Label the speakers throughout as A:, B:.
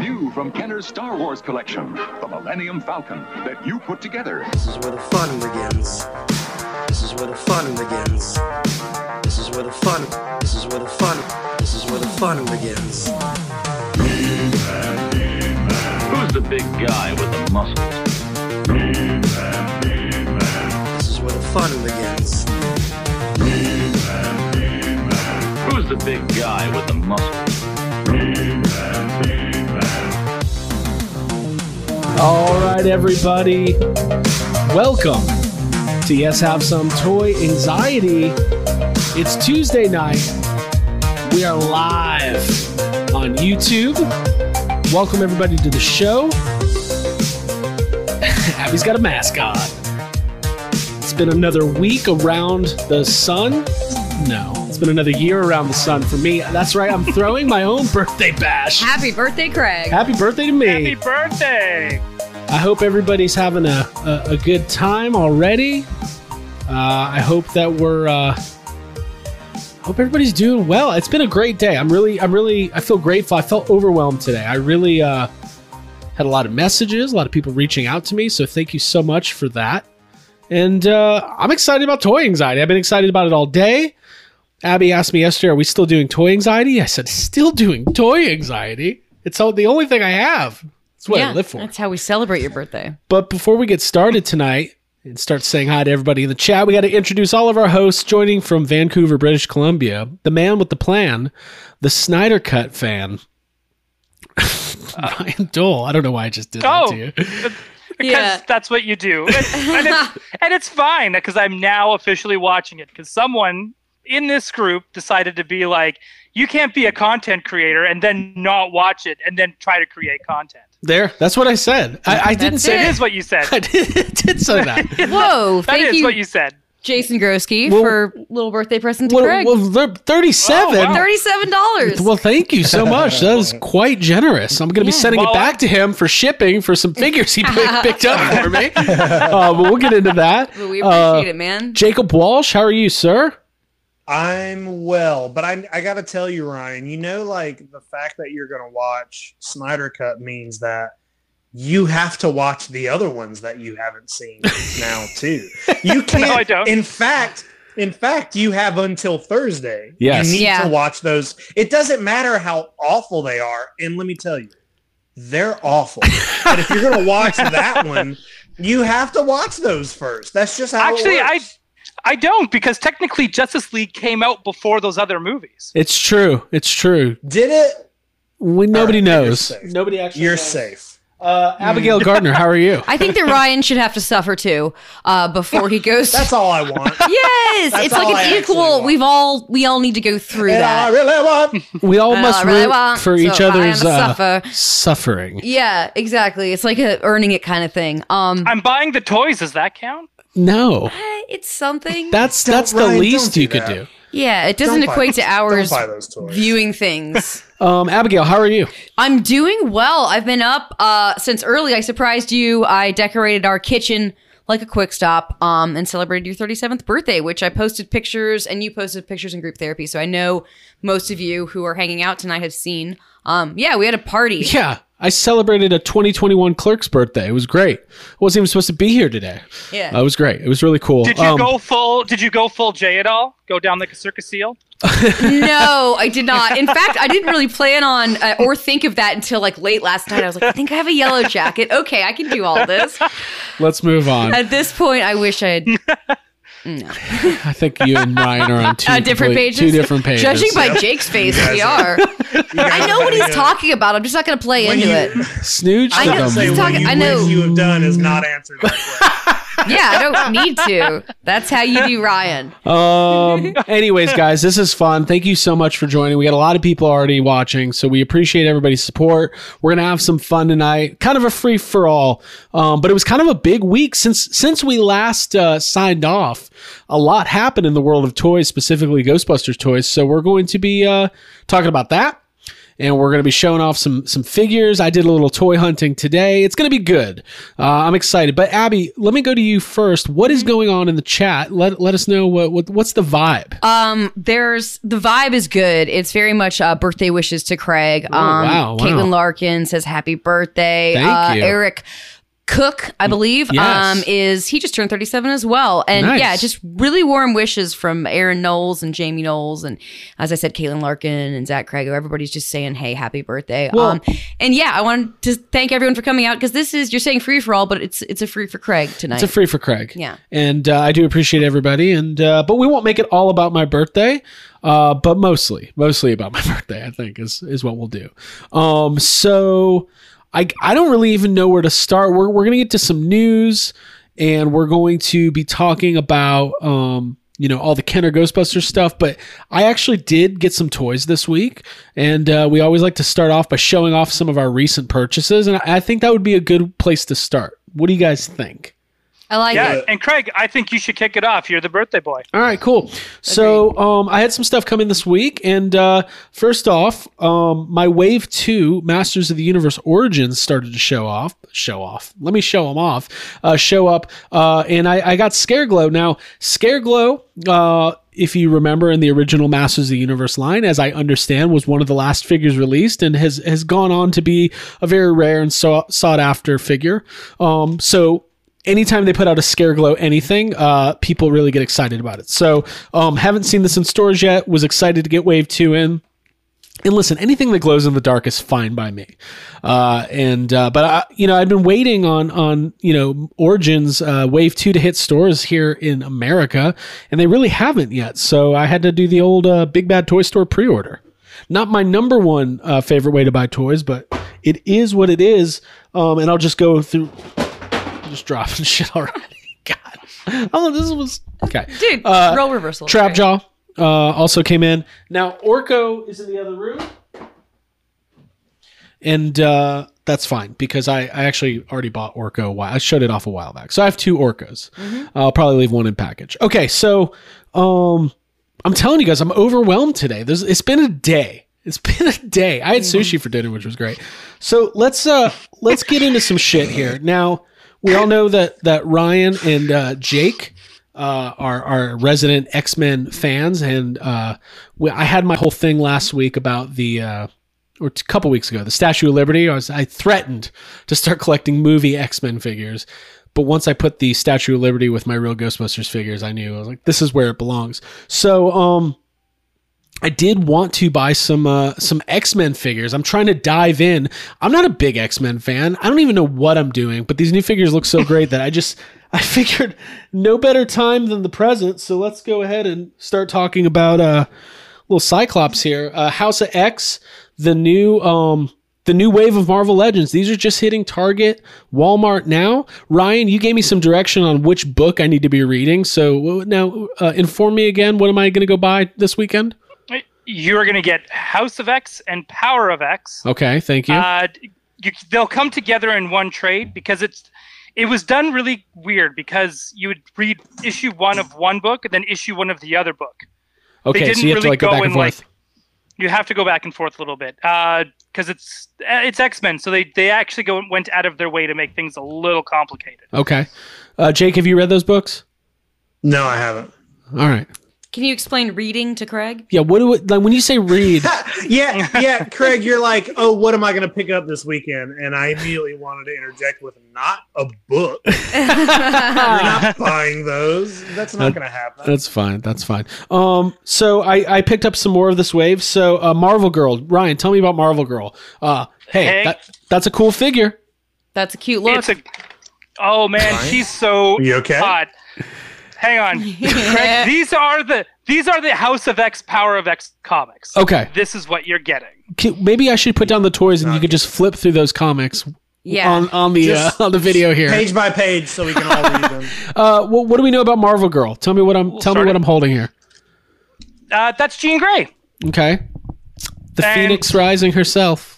A: New from Kenner's Star Wars collection, the Millennium Falcon that you put together.
B: This is where the fun begins. This is where the fun begins. This is where the fun. This is where the fun. This is where the fun begins.
C: Who's the big guy with the muscles?
B: This is where the fun begins.
C: Who's the big guy with the muscles?
D: All right, everybody. Welcome to Yes Have Some Toy Anxiety. It's Tuesday night. We are live on YouTube. Welcome, everybody, to the show. Abby's got a mask on. It's been another week around the sun. No, it's been another year around the sun for me. That's right, I'm throwing my own birthday bash.
E: Happy birthday, Craig.
D: Happy birthday to me.
F: Happy birthday!
D: I hope everybody's having a, a, a good time already. Uh, I hope that we're. Uh, hope everybody's doing well. It's been a great day. I'm really, I'm really, I feel grateful. I felt overwhelmed today. I really uh, had a lot of messages, a lot of people reaching out to me. So thank you so much for that. And uh, I'm excited about toy anxiety. I've been excited about it all day. Abby asked me yesterday, "Are we still doing toy anxiety?" I said, "Still doing toy anxiety. It's all, the only thing I have. It's what I live for."
E: That's how we celebrate your birthday.
D: But before we get started tonight and start saying hi to everybody in the chat, we got to introduce all of our hosts joining from Vancouver, British Columbia, the man with the plan, the Snyder Cut fan, Ryan Dole. I don't know why I just did that
F: Oh,
D: to you.
F: Because
E: Yeah.
F: that's what you do, and, and it's, and it's fine because I'm now officially watching it because someone in this group decided to be like, you can't be a content creator and then not watch it and then try to create content.
D: There, that's what I said. I, I didn't
E: That's
D: say
E: it.
F: It is what you said.
D: I did, did say that.
E: Whoa,
F: That
E: thank
F: is
E: you,
F: what you said.
E: Jason Grosky,
D: Well-
E: for little birthday present to
D: well,
E: Craig.
D: well, thir- thirty-seven.
F: Oh, wow.
E: Thirty-seven dollars.
D: Well, thank you so much. That is quite generous. I'm going to be
E: Yeah.
D: sending it
F: Well,
D: back to him for shipping for some figures he pick- picked up for me. Uh, but we'll get into that.
E: but we
D: Uh,
E: appreciate it, man.
D: Jacob Walsh, how are you, sir?
G: I'm well, but I I gotta tell you, Ryan, you know, like the fact that you're gonna watch Snyder Cut means that you have to watch the other ones that you haven't seen now too. You can't.
F: I don't.
G: In fact, in fact, you have until Thursday.
D: Yes.
G: you need
E: Yeah.
G: to watch those. It doesn't matter how awful they are, and let me tell you, they're awful. but if you're gonna watch that one, you have to watch those first. That's just how.
F: Actually,
G: it
F: I
G: works.
F: I don't because technically Justice League came out before those other movies.
D: It's true. It's true.
G: did it.
D: We, nobody
G: All right, Mm. you're
D: knows.
G: safe.
D: Nobody actually.
G: You're safe.
D: Abigail Gardner, how are you?
E: I think that Ryan should have to suffer too uh, before he goes.
G: That's all I want.
E: yes,
G: That's
E: it's like
G: all I
E: an
G: actually
E: equal.
G: want.
E: We've all we all need to go through
G: and I
E: that.
G: really want.
D: We all
E: I
D: must
E: really
D: root
E: want
D: for
E: to
D: each
E: buy
D: other's
E: and
D: uh,
E: suffer.
D: suffering.
E: yeah, exactly. It's like a earning it kind of thing. Um,
F: I'm buying the toys. Does that count?
D: No,
E: it's something.
D: that's
G: Don't-
D: that's the
G: Ryan,
D: least
G: don't do
D: you could
G: that.
D: do.
E: yeah, it doesn't
G: Don't buy-
E: equate to
G: Don't
E: hours
G: buy those toys.
E: viewing things.
D: Um, Abigail, how are you?
E: I'm doing well. I've been up uh, since early. I surprised you. I decorated our kitchen like a quick stop um, and celebrated your 37th birthday, which I posted pictures and you posted pictures in group therapy. So I know most of you who are hanging out tonight have seen. Um, yeah, we had a party.
D: Yeah, I celebrated a 2021 clerk's birthday. It was great. I wasn't even supposed to be here today.
E: Yeah.
D: Uh, it was great. It was really cool.
F: Did you
D: Um,
F: go full? Did you go full Jay at all? Go down like a circus seal?
E: No, I did not. In fact, I didn't really plan on uh, or think of that until like late last night. I was like, I think I have a yellow jacket. Okay, I can do all this.
D: Let's move on.
E: At this point, I wish I had
D: I think you and Ryan are on two
E: uh, different
D: complete-
E: pages.
D: Two different pages.
E: Judging by Jake's face, we are.
G: You guys
E: I know what
G: gotta
E: he's
G: do.
E: talking about. I'm just not going to play
G: When
E: into
G: you-
E: it.
D: Snooge
E: I
D: to
E: know-
G: Say
D: them.
E: he's
G: what
E: talking-
G: you
E: I know.
G: wish you have done is not answered. that
E: yeah, I don't need to. That's how you do Ryan.
D: Um, anyways, guys, this is fun. Thank you so much for joining. We got a lot of people already watching, so we appreciate everybody's support. We're gonna have some fun tonight. Kind of a free for all, um, but it was kind of a big week since since we last uh, signed off. A lot happened in the world of toys, specifically Ghostbusters toys. So we're going to be uh, talking about that and we're going to be showing off some some figures. I did a little toy hunting today. It's going to be good. Uh, I'm excited. But Abby, let me go to you first. What is going on in the chat? Let let us know what, what what's the vibe.
E: Um, there's the vibe is good. It's very much uh, birthday wishes to Craig. Um,
D: wow, wow.
E: Caitlin Larkin says happy birthday.
D: Thank
E: uh,
D: you.
E: Eric Cook, I believe,
D: yes.
E: um, is he just turned 37 as well. And
D: Nice.
E: yeah, just really warm wishes from Aaron Knowles and Jamie Knowles. And as I said, Caitlin Larkin and Zach Craig, everybody's just saying, hey, happy birthday.
D: Well-
E: um, and yeah, I wanted to thank everyone for coming out because this is, you're saying free for all, but it's it's a free for Craig tonight.
D: It's a free for Craig.
E: Yeah.
D: and uh, I do appreciate everybody. And uh, but we won't make it all about my birthday. Uh, but mostly, mostly about my birthday. I think is is what we'll do. Um, so I I don't really even know where to start. We're we're gonna get to some news, and we're going to be talking about um. You know all the Kenner Ghostbusters stuff, but I actually did get some toys this week, and uh, we always like to start off by showing off some of our recent purchases, and I I think that would be a good place to start. What do you guys think?
E: I like
F: yeah,
E: it.
F: and Craig, I think you should kick it off. You're the birthday boy.
D: All right, cool. So um, I had some stuff coming this week, and uh, first off, um, my Wave Two Masters of the Universe Origins started to show off. Show off. Let me show them off. Uh, show up, uh, and I, I got Scare Glow. Now Scare Glow. Uh, if you remember in the original Masters of the Universe line, as I understand, was one of the last figures released and has has gone on to be a very rare and so, sought after figure. Um, so anytime they put out a scare glow anything uh, people really get excited about it so um, haven't seen this in stores yet was excited to get wave 2 in and listen anything that glows in the dark is fine by me uh, and uh, but I, you know i've been waiting on on you know origins uh, wave 2 to hit stores here in america and they really haven't yet so i had to do the old uh, big bad toy store pre-order not my number one uh, favorite way to buy toys but it is what it is um, and i'll just go through just dropping shit already. God. Oh, this was okay.
E: Dude,
D: Uh,
E: role reversal.
D: Trap
E: Great.
D: Jaw uh, also came in. Now Orko is in the other room, and uh, that's fine because I, I actually already bought Orko. A while, I showed it off a while back, so I have two Orcos. I'll probably leave one in package. Okay, so um, I'm telling you guys, I'm overwhelmed today. There's it's been a day. It's been a day. I had sushi for dinner, which was great. So let's uh let's get into some shit here. Now we all know that that Ryan and uh, Jake uh, are are resident X Men fans, and uh, we, I had my whole thing last week about the. Uh, or a couple weeks ago, the Statue of Liberty. I was I threatened to start collecting movie X Men figures, but once I put the Statue of Liberty with my real Ghostbusters figures, I knew I was like, this is where it belongs. So, um, I did want to buy some uh, some X Men figures. I'm trying to dive in. I'm not a big X Men fan. I don't even know what I'm doing, but these new figures look so great that I just I figured no better time than the present. So let's go ahead and start talking about uh, little Cyclops here. Uh, House of X, the new um, the new wave of Marvel Legends. These are just hitting Target, Walmart now. Ryan, you gave me some direction on which book I need to be reading. So uh, now uh, inform me again. What am I going to go buy this weekend?
F: You are going to get House of X and Power of X.
D: Okay, thank you.
F: Uh, you, they'll come together in one trade because it's it was done really weird because you would read issue one of one book and then issue one of the other book.
D: okay, so
F: didn't
D: you have to
F: really
D: like go,
F: go
D: back and
F: in, like,
D: forth.
F: You have to go back and forth a little bit because it's eh, it's X Men, so they they actually go went out of their way to make things a little complicated.
D: okay, uh, Jake, have you read those books?
G: No, I haven't.
D: All right.
E: Can you explain reading to Craig?
D: Yeah. What do we, like when you say read?
G: Yeah, yeah, Craig, you're like, oh, what am I going to pick up this weekend? And I immediately wanted to interject with, not a book. You're not buying those. That's not going to happen.
D: That's fine. That's fine. Um, so I, I picked up some more of this wave. So uh, Marvel Girl, Ryan, tell me about Marvel Girl. Uh, hey,
F: Hey.
D: That, that's a cool figure.
E: That's a cute look.
F: It's a oh man, she's so
G: Are you okay?
F: hot. Hang on, Craig, these are the these are the House of X, Power of X comics.
D: Okay,
F: This is what you're getting.
D: K- maybe I should put down the toys and you could just flip through those comics
E: Yeah.
D: on on the uh,
G: Just
D: on the video here.
G: Page by page, so we can all read them.
D: Uh, what, what do we know about Marvel Girl? Tell me what I'm
F: We'll
D: tell me
F: start
D: what
F: it.
D: I'm holding here.
F: Uh, that's Jean Grey.
D: Okay, the
F: And-
D: Phoenix Rising herself.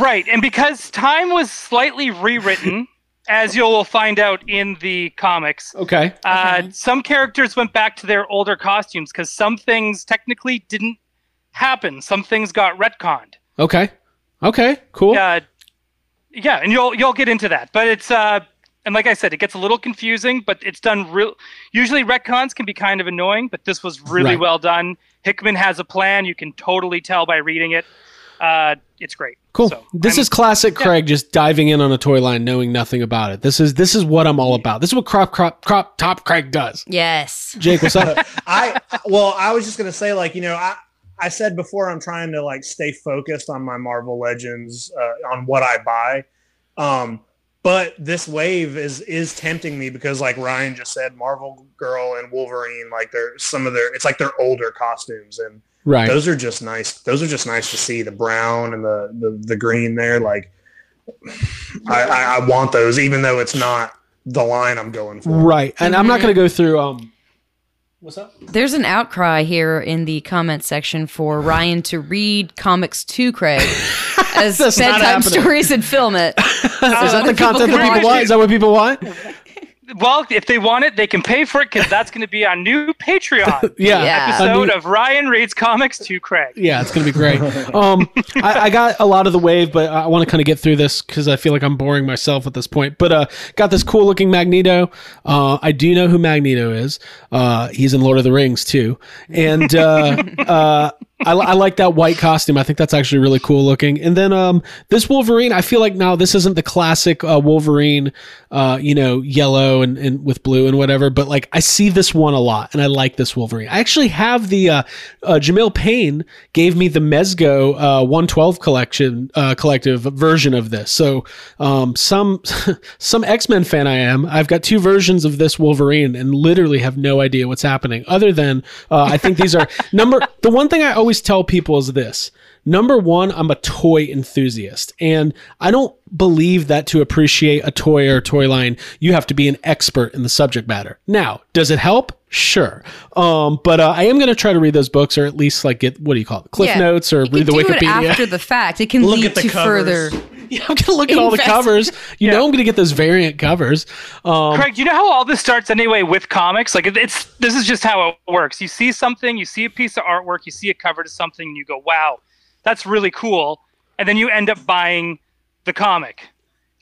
F: Right, and because time was slightly rewritten, as you'll find out in the comics,
D: Okay,
F: uh, some characters went back to their older costumes because some things technically didn't happen. Some things got retconned.
D: okay, okay, cool.
F: Uh, yeah, and you'll you'll get into that, but it's uh, and like I said, it gets a little confusing, but it's done real. Usually, retcons can be kind of annoying, but this was really
D: Right.
F: well done. Hickman has a plan; you can totally tell by reading it. Uh, it's great.
D: Cool.
F: So,
D: this
F: I'm-
D: is classic Craig just diving in on a toy line knowing nothing about it. This is this is what I'm all about. This is what crop crop crop top Craig does.
E: Yes.
D: Jake, what's up?
G: I well, I was just gonna say, like, you know, I I said before, I'm trying to like stay focused on my Marvel Legends, uh, on what I buy. Um, but this wave is is tempting me because, like Ryan just said, Marvel Girl and Wolverine, like they're some of their, it's like their older costumes, and
D: right.
G: those are just nice. Those are just nice to see the brown and the the, the green there. Like, I, I I want those, even though it's not the line I'm going for.
D: Right. And I'm not going to go through um What's up?
E: There's an outcry here in the comment section for Ryan to read comics to Craig as
D: That's not
E: bedtime
D: happening.
E: stories and film it.
D: is that
E: other
D: the
E: people
D: content
E: can
D: that people
E: watch
D: want?
E: it.
D: Is that what people want?
F: Well, if they want it, they can pay for it because that's going to be our new Patreon
D: Yeah.
E: Yeah.
F: episode
D: I
F: of Ryan Reads Comics to Craig.
D: Yeah, it's gonna be great. Um, I, I got a lot of the wave, but I want to kind of get through this because I feel like I'm boring myself at this point. But uh, got this cool looking Magneto. Uh, I do know who Magneto is. Uh, he's in Lord of the Rings too, and uh, uh, I, li- I like that white costume. I think that's actually really cool looking. And then um, this Wolverine, I feel like now this isn't the classic uh, Wolverine, uh, you know, yellow and, and with blue and whatever. But like, I see this one a lot, and I like this Wolverine. I actually have the uh, uh, Jamil Payne gave me the Mezgo uh, 112 collection uh, collective version of this. So um, some some X Men fan I am, I've got two versions of this Wolverine, and literally have no idea what's happening other than uh, I think these are number. The one thing I always tell people is this. Number one, I'm a toy enthusiast, and I don't believe that to appreciate a toy or toy line, you have to be an expert in the subject matter. Now, does it help? Sure. Um, but uh, I am going to try to read those books, or at least like get what do you call it, cliff
E: Yeah.
D: notes, or
E: You
D: read the
E: can do it
D: Wikipedia.
E: after the fact. It can
G: Look
E: lead
G: at the
E: to
G: covers.
E: further.
D: yeah, I'm going to look at all the
E: Invest-
D: covers. You know, I'm going to get those variant covers. Um,
F: Craig, you know how all this starts anyway with comics? Like it- it's this is just how it works. You see something, you see a piece of artwork, you see a cover to something, and you go, "Wow, that's really cool," and then you end up buying the comic,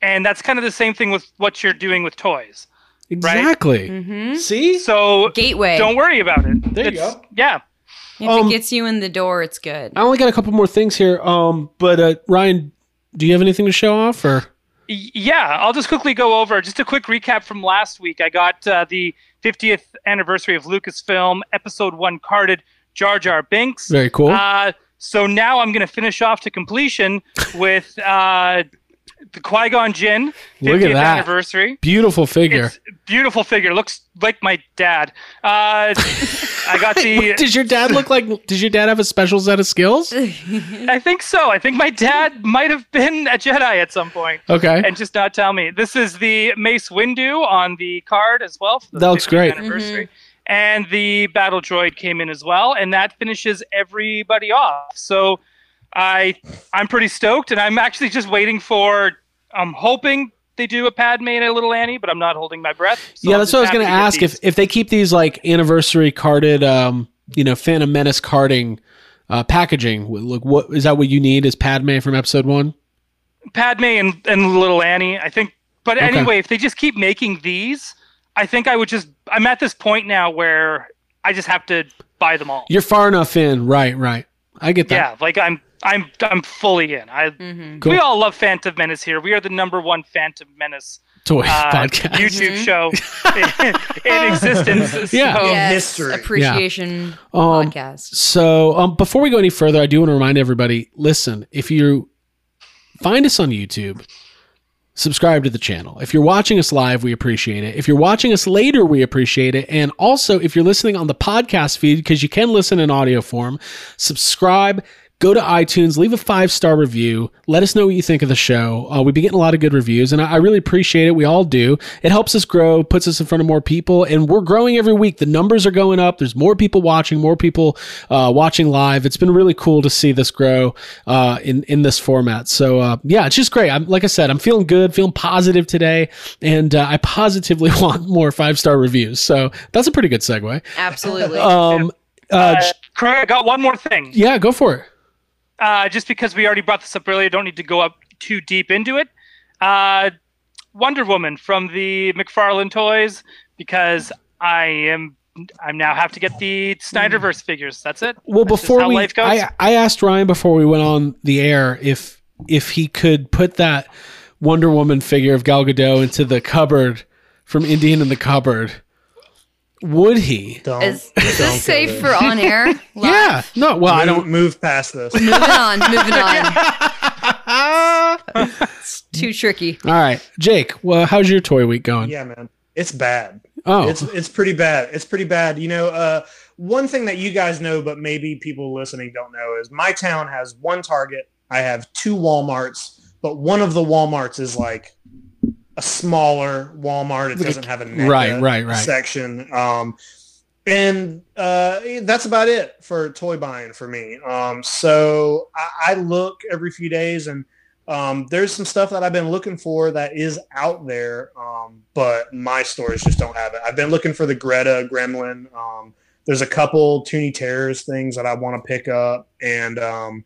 F: and that's kind of the same thing with what you're doing with toys.
D: exactly.
E: Mm-hmm.
D: See,
F: So
E: Gateway.
F: don't worry about it.
D: There you
F: It's-
D: go.
F: Yeah.
D: um,
E: if
D: Oh,
E: it gets you in the door, it's good.
D: I only got a couple more things here. Um, but uh, Ryan, do you have anything to show off or?
F: Y- Yeah, I'll just quickly go over just a quick recap from last week. I got uh, the 50th anniversary of Lucasfilm, episode one carded Jar Jar Binks.
D: Very cool.
F: Uh, so now I'm going to finish off to completion with uh, the Qui Gon Jinn 50th
D: Look at that.
F: anniversary.
D: Beautiful figure.
F: It's a beautiful figure. Looks like my dad. Uh, I got the.
D: Does your dad look like? Does your dad have a special set of skills?
F: I think so. I think my dad might have been a Jedi at some point.
D: Okay,
F: and just not tell me. This is the Mace Windu on the card as well. For the
D: That looks
F: 50th
D: great.
F: Anniversary. And the battle droid came in as well, and that finishes everybody off. So I I'm pretty stoked, and I'm actually just waiting for. I'm hoping they do a Padme and a little Annie, but I'm not holding my breath. So
D: yeah,
F: I'm
D: that's
F: just
D: what I was
F: happy
D: gonna
F: get
D: ask. If
F: these.
D: if they keep these like anniversary carded, um, you know, Phantom Menace carding uh, packaging, wh- look, what is that? What you need is Padme from Episode One.
F: Padme and and little Annie, I think. But
D: Okay.
F: anyway, if they just keep making these, I think I would just. I'm at this point now where I just have to buy them all.
D: You're far enough in, right? Right. I get that.
F: yeah like i'm i'm i'm fully in i
E: Mm-hmm.
D: Cool.
F: we all love phantom menace here we are the number one phantom menace
D: Toy
F: uh,
D: podcast.
F: youtube show in, in existence
D: oh, Yeah.
F: so-
E: Yes,
G: history.
E: appreciation
D: Um,
E: podcast.
D: So, um, before we go any further, I do want to remind everybody listen, if you find us on YouTube, subscribe to the channel. If you're watching us live, we appreciate it. If you're watching us later, we appreciate it. And also, if you're listening on the podcast feed, because you can listen in audio form, subscribe. go to iTunes, leave a five star review. Let us know what you think of the show. Uh, we've been getting a lot of good reviews, and I, I really appreciate it. We all do. It helps us grow, puts us in front of more people, and we're growing every week. The numbers are going up. There's more people watching, more people uh, watching live. It's been really cool to see this grow uh, in in this format. So uh, yeah, it's just great. I'm like I said, I'm feeling good, feeling positive today, and uh, I positively want more five star reviews. So that's a pretty good segue.
E: Absolutely.
D: Um, uh,
F: Uh, Craig, I got one more thing.
D: yeah, go for it.
F: uh, just because we already brought this up earlier, don't need to go up too deep into it. Uh, Wonder Woman from the McFarlane toys, because I am I now have to get the Snyderverse figures. That's it.
D: Well,
F: That's just
D: before
F: how
D: we,
F: life goes.
D: I, I asked Ryan before we went on the air if if he could put that Wonder Woman figure of Gal Gadot into the cupboard from Indian in the cupboard. Would he?
G: Don't.
E: is is
G: don't go
E: this safe
G: there.
E: for on air?
D: Yeah. No. Well, I
G: Move-
D: don't.
G: move past this.
E: Moving on. Moving on. it's too tricky.
D: All right, Jake. Well, how's your toy week going?
G: yeah, man, it's bad.
D: Oh,
G: It's it's pretty bad. It's pretty bad. You know, uh, one thing that you guys know, but maybe people listening don't know, is my town has one Target. I have two WalMarts, but one of the WalMarts is like a smaller Walmart. It doesn't have a NECA
D: Right, right, right.
G: section. Um, and uh, that's about it for toy buying for me. Um, so I, I look every few days, and um, there's some stuff that I've been looking for that is out there, um, but my stores just don't have it. I've been looking for the Greta Gremlin. Um, there's a couple Toonie Terrors things that I want to pick up, and um,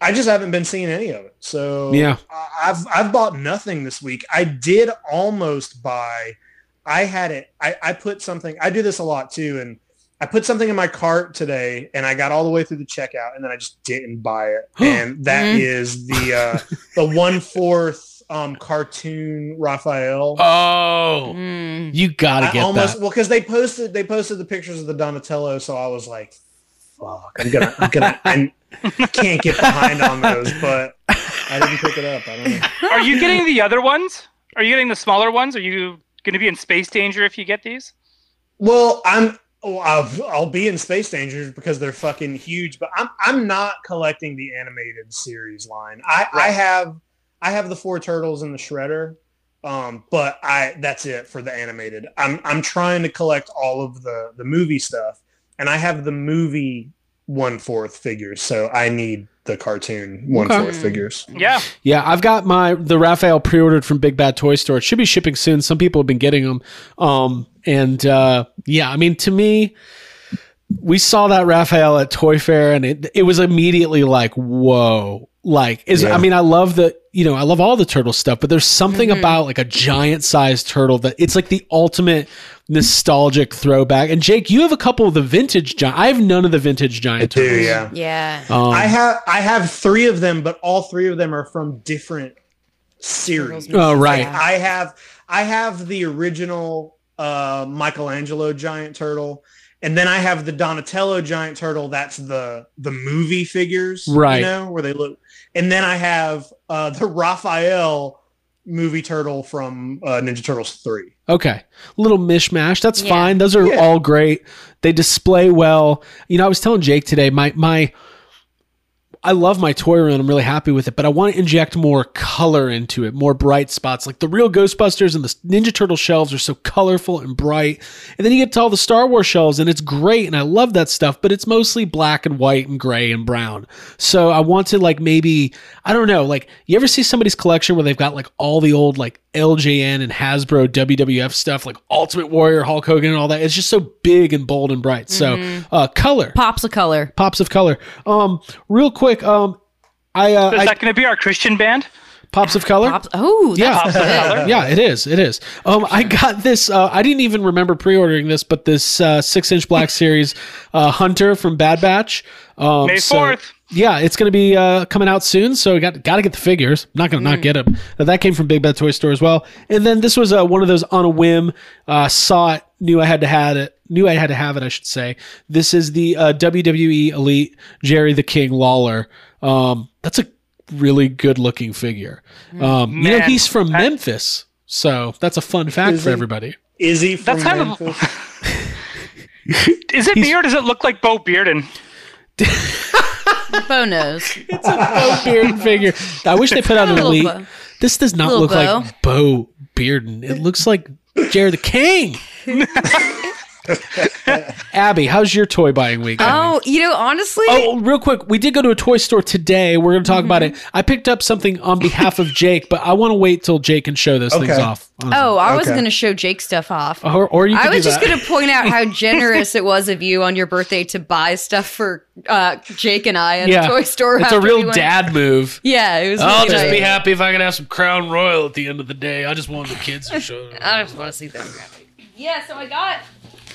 G: I just haven't been seeing any of it. So
D: Yeah.
G: I- I've I've bought nothing this week. I did almost buy. I had it. I, I put something. I do this a lot too, and I put something in my cart today, and I got all the way through the checkout, and then I just didn't buy it. and that
D: Mm-hmm.
E: Mhm.
G: is the uh, the one fourth um, cartoon Raphael.
D: oh,
E: Mm.
D: you gotta
G: I
D: get
G: almost
D: that.
G: well because they posted they posted the pictures of the Donatello, so I was like, "Fuck, I'm gonna, I'm gonna, I can't get behind on those." But I didn't pick it up. I don't know.
F: Are you getting the other ones? Are you getting the smaller ones? Are you going to be in space danger if you get these?
G: Well, I'm. Oh, I'll, I'll be in Space Dangers because they're fucking huge, but I'm I'm not collecting the animated series line. I, I have I have the four turtles and the shredder, um, but I that's it for the animated. I'm I'm trying to collect all of the the movie stuff, and I have the movie one fourth figures, so I need the cartoon one fourth
E: Okay.
G: figures.
F: Yeah.
D: Yeah, I've got my the Raphael pre-ordered from Big Bad Toy Store. It should be shipping soon. Some people have been getting them. Um, and uh, yeah, I mean, to me, we saw that Raphael at Toy Fair, and it it was immediately like, whoa. Like is I mean I love the you know I love all the turtle stuff but there's something about like a giant sized turtle that it's like the ultimate nostalgic throwback and Jake you have a couple of the vintage giant I have none of the vintage giant
G: Do
D: turtles
G: yeah.
E: Yeah.
D: Um,
G: I have I have three of them, but all three of them are from different series.
D: oh right
E: Yeah.
G: I have I have the original uh, Michelangelo giant turtle, and then I have the Donatello giant turtle. That's the the movie figures,
D: Right.
G: You know where they look, and then I have uh, the Raphael movie turtle from uh, Ninja Turtles three.
D: Okay. Little mishmash. That's
E: Yeah.
D: fine. Those are
G: Yeah.
D: all great. They display well. You know, I was telling Jake today, my my I love my toy room. I'm really happy with it, but I want to inject more color into it, more bright spots. Like the real Ghostbusters and the Ninja Turtle shelves are so colorful and bright. And then you get to all the Star Wars shelves, and it's great. And I love that stuff, but it's mostly black and white and gray and brown. So I want to, like, maybe, I don't know, like, you ever see somebody's collection where they've got, like, all the old, like, LJN and Hasbro WWF stuff, like Ultimate Warrior, Hulk Hogan, and all that? It's just so big and bold and bright. So, uh, color.
E: Pops of color.
D: Pops of color. Um, real quick. Um, I, uh,
F: Is
D: I
F: that going to be our Christian band?
D: pops of color.
E: Pops. Oh,
D: Yeah.
E: that's good.
D: yeah, it is. It is. Um, I got this. Uh, I didn't even remember pre-ordering this, but this uh, six-inch black series uh, Hunter from Bad Batch. Um,
F: May
D: so-
F: 4th.
D: yeah, it's going to be uh, coming out soon. So got got to get the figures. I'm not going to
E: Mm.
D: not get them. Uh, That came from Big Bad Toy Store as well. And then this was uh, one of those on a whim. Uh, saw it, knew I had to had it, knew I had to have it. I should say. This is the uh, WWE Elite Jerry the King Lawler. Um, that's a really good looking figure. Um, you know
F: Man,
D: he's from
F: I-
D: Memphis, so that's a fun fact
G: Is
D: for
G: he?
D: everybody.
G: Izzy from
F: That's kind of-
G: Memphis.
F: Is it
D: He's-
F: me or does it look like Bo Bearden?
E: Bo knows.
D: Bo Bearden figure. I wish they put out an
E: Little
D: elite.
E: Bo.
D: This does not
E: Little
D: look like Bo Bearden. It looks like Jared the King. Abby, how's your toy buying week?
E: Oh, you know, honestly,
D: Oh, real quick, we did go to a toy store today. We're going to talk about
E: Mm-hmm.
D: it. I picked up something on behalf of Jake, but I want to wait till Jake can show those things
G: Okay.
D: off. honestly.
E: oh, I wasn't
G: Okay.
E: going to show Jake stuff off.
D: or, or Oh, you. Could
E: I was
D: do
E: just
D: that.
E: going to point out how generous it was of you on your birthday to buy stuff for uh, Jake and I at the toy store.
D: It's a
E: after
D: real
E: we went-
D: dad move.
E: Yeah, it was.
D: I'll
E: really
D: just be
E: nice.
D: happy if I can have some Crown Royal at the end of the day. I just want the kids to show.
E: I just want to see them. Yeah, so I got.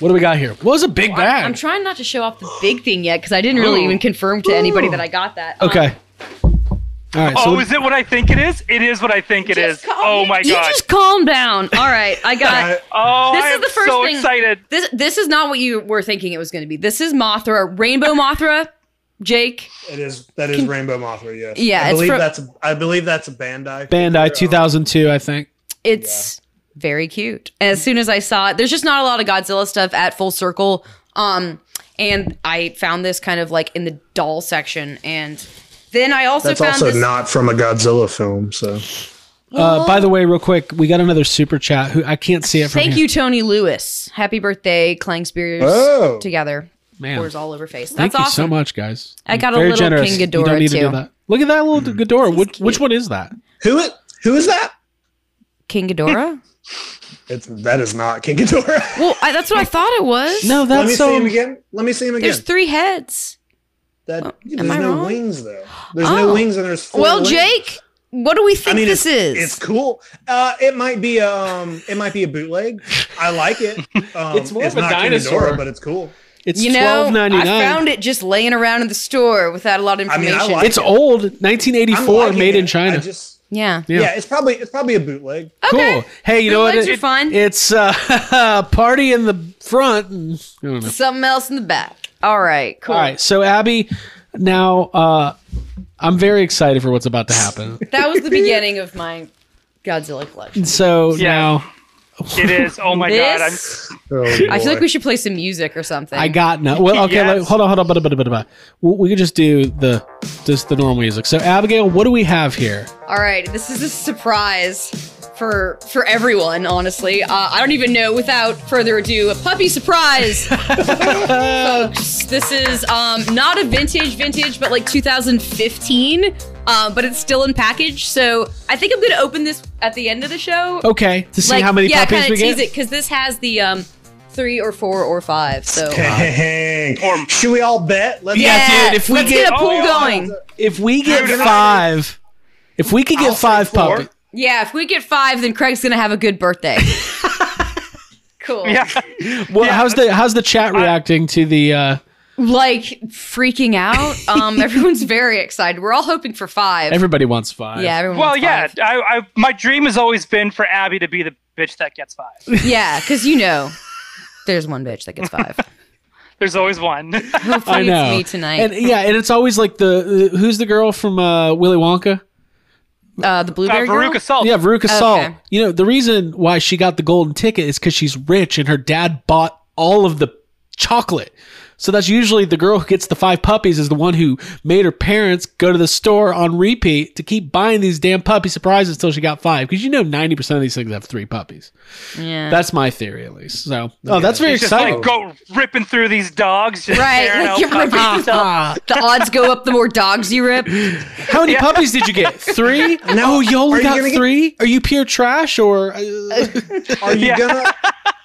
D: what do we got here? What was a big bag?
E: I'm trying not to show off the big thing yet because I didn't really even confirm to anybody that I got that. Um,
D: okay. All right.
F: Oh,
D: So
F: is it what I think it is? It is what I think it is.
E: just calm-
F: Oh my
E: you
F: god!
E: just calm down. All right, I got.
F: oh,
E: this
F: I
E: is
F: am
E: the first
F: so
E: thing-
F: excited.
E: This this is not what you were thinking it was going to be. This is Mothra, Rainbow Mothra, Jake.
G: It is that is Rainbow Mothra. Yes.
E: Yeah,
G: I
E: it's
G: believe
E: from-
G: that's a, I believe that's a Bandai.
D: Bandai
G: figure.
D: 2002, I think.
E: It's very cute. And as soon as I saw it, there's just not a lot of Godzilla stuff at Full Circle. Um, and I found this kind of like in the doll section, and then I also
G: That's
E: found
G: also
E: this.
G: not from a Godzilla film. So
D: Uh, by the way, real quick, we got another super chat. Who I can't see it from
E: Thank
D: here.
E: you, Tony Lewis. Happy birthday, Clang Spears.
G: Oh.
E: Together.
D: Man.
E: Pours all over face.
D: Thank
E: That's
D: you
E: awesome.
D: so much, guys.
E: I got a
D: Very
E: little
D: generous.
E: King
D: You don't
E: Ghidorah,
D: need to do
E: too. Hmm.
D: that. Look at that little Ghidorah. Which, which one is that?
G: who it who is that?
E: King Ghidorah?
G: It's that is not King Ghidorah.
E: well, I, that's what I thought it was.
D: No,
G: Let me
D: that's
G: see him
D: so.
G: again. Let me see him again.
E: There's three heads.
G: that, there's
E: I
G: no
E: wrong?
G: wings though. There's
E: Oh.
G: no wings and there's four
E: well,
G: wings.
E: Jake, what do we think this
G: it's,
E: is?
G: it's cool. Uh, it might be um, it might be a bootleg. I like it. Um,
D: It's more of a
G: not King
D: dinosaur.
G: Ghidorah, but it's cool.
D: It's
E: you know,
D: twelve ninety
E: I
D: nine.
E: found it just laying around in the store without a lot of
G: I mean,
E: information.
G: I like
D: It's old, 1984,
G: liking
D: made
G: it.
D: in China.
G: I just,
E: yeah.
D: Yeah.
G: yeah. it's probably it's probably a bootleg.
D: Cool. Hey, you know what?
E: Bootlegs are
D: It-
E: fun.
D: It's uh, party in the front. And, I don't know.
E: Something else in the back. All right, cool.
D: All right. So Abby, now uh, I'm very excited for what's about to happen.
E: That was the beginning of my Godzilla collection.
D: So
F: Yeah.
D: now
F: It is. Oh my god! I'm
E: this, I feel like we should play some music or something.
D: I got no. Well, okay.
F: Yes.
D: like- hold on, hold on. But, but, but, but. We, we could just do the just the normal music. So Abigail, what do we have here?
E: All right, this is a surprise for for everyone. Honestly, uh, I don't even know. Without further ado, a puppy surprise, folks. This is um, not a vintage vintage, but like 2015. Um, but it's still in package, so I think I'm gonna open this at the end of the show.
D: Okay, to Oh, see
E: Like,
D: how many
E: yeah,
D: puppies
E: kinda
D: we
E: tease
D: get.
E: it because this has the um, three or four or five. So
G: Dang. should we all bet? Let's
D: Yeah, dude, if we
E: let's
D: get-
E: get, a pool
F: Oh,
E: going.
D: If we get
F: Dude, if I-
D: five, if we could get five
G: four.
D: puppies.
E: Yeah, if we get five, then Craig's gonna have a good birthday. cool.
F: yeah.
D: Well, how's the how's the chat reacting to the? Uh,
E: Like freaking out. Um, everyone's very excited. We're all hoping for five.
D: everybody wants five.
E: yeah, everyone.
F: Well,
E: wants
F: yeah.
E: five.
F: I, I, my dream has always been for Abby to be the bitch that gets five.
E: yeah, because you know, there's one bitch that gets five.
F: There's always one.
E: Hopefully,
D: I know.
E: it's me tonight.
D: And yeah, and it's always like the who's the girl from uh, Willy Wonka?
E: uh, the blueberry girl.
F: Veruca Salt.
D: Yeah, Veruca Salt.
E: Okay.
D: You know, the reason why she got the golden ticket is because she's rich and her dad bought all of the chocolate. So that's usually the girl who gets the five puppies is the one who made her parents go to the store on repeat to keep buying these damn puppy surprises until she got five. Because you know, 90% of these things have three puppies.
E: Yeah.
D: That's my theory, at least. So, oh, that's very
F: Just like
D: exciting.
F: go ripping through these dogs. Just
E: Right,
F: tearing
E: like
F: out
E: you're
F: puppies.
E: ripping-
D: Ah,
E: the odds go up the more dogs you rip. Uh,
D: how many puppies did you get? Three? No, you
G: are
D: only
G: you
D: got
G: gonna get-
D: three? Are you pure trash or? uh,
G: Are you
F: Yeah.
G: gonna?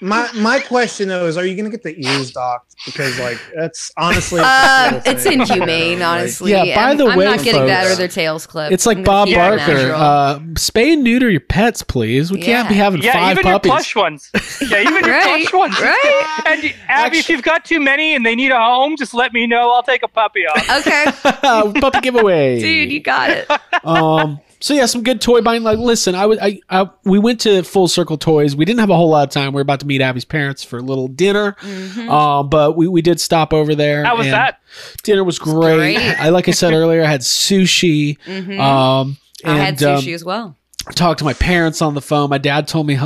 G: My my question though is, are you gonna get the ears docked? Because like that's honestly, it's just a
E: Uh,
G: little
E: it's
G: thing.
E: inhumane,
G: Like,
E: honestly.
D: Yeah, by
E: I'm-
D: the
E: I'm
D: way,
E: not getting that
D: folks,
E: or their tails clipped.
D: It's
E: I'm
D: like
E: gonna
D: Bob
E: keep it
D: Barker.
E: natural.
D: Uh, spay and neuter your pets, please. We can't
E: Yeah.
D: be having
F: Yeah,
D: five
F: even
D: puppies.
F: your plush ones. Yeah, even your
E: Right,
F: plush ones.
E: right.
F: And Abby, if
D: Actu-
F: you've got too many and they need a home, just let me know. I'll take a puppy off.
D: Uh,
E: okay,
D: Puppy giveaway,
E: dude, you got it.
D: um, so yeah, some good toy buying. Like, listen, I was, I, I, we went to Full Circle Toys. We didn't have a whole lot of time. We were about to meet Abby's parents for a little dinner,
E: Mm-hmm.
D: uh, but we, we did stop over there.
F: How was
D: and
F: that?
D: Dinner was great.
E: great. Mm-hmm.
D: I like I said earlier, I had sushi. Um, and,
E: I had
D: um,
E: sushi as well.
D: talked to my parents on the phone. My dad told me,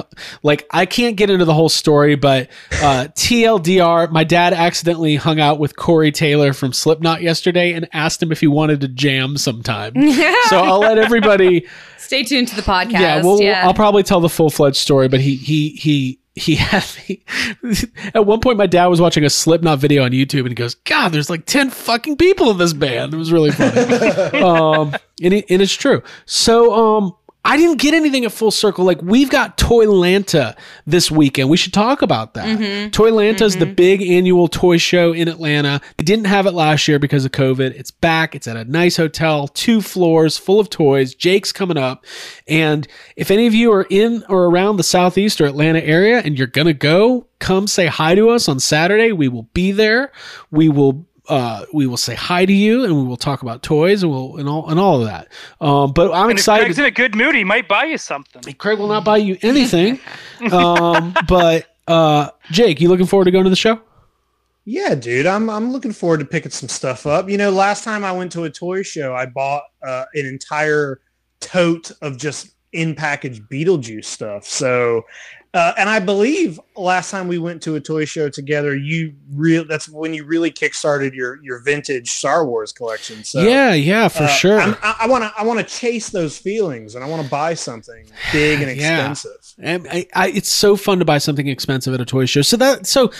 D: like, I can't get into the whole story, but uh, TLDR, my dad accidentally hung out with Corey Taylor from Slipknot yesterday and asked him if he wanted to jam sometime. so I'll let everybody.
E: Stay tuned to the podcast.
D: Yeah, well, I'll probably tell the full fledged story, but he he he. He had me at one point. My dad was watching a Slipknot video on YouTube, and he goes, "God, there's like ten fucking people in this band." It was really funny, um, and, it, and it's true. So, um, I didn't get anything at full circle. Like we've got Toylanta this weekend. We should talk about that. Toylanta is the big annual toy show in Atlanta. They didn't have it last year because of COVID. It's back. It's at a nice hotel, two floors full of toys. Jake's coming up. And if any of you are in or around the Southeast or Atlanta area and you're going to go, come say hi to us on Saturday. We will be there. We will uh, we will say hi to you and we will talk about toys and we'll and all and all of that. Um, but I'm
F: And if
D: excited.
F: Greg's in a good mood, he might buy you something.
D: Craig will not buy you anything. um, but uh, Jake, you looking forward to going to the show?
G: Yeah, dude, I'm I'm looking forward to picking some stuff up. You know, last time I went to a toy show, I bought uh, an entire tote of just in package Beetlejuice stuff. So, uh, and I believe last time we went to a toy show together, you real that's when you really kickstarted your your vintage Star Wars collection. So,
D: yeah, yeah, for
G: uh,
D: sure.
G: I'm- I want to I want to chase those feelings, and I want to buy something big and
D: Yeah.
G: expensive.
D: And I, I, it's so fun to buy something expensive at a toy show. So that so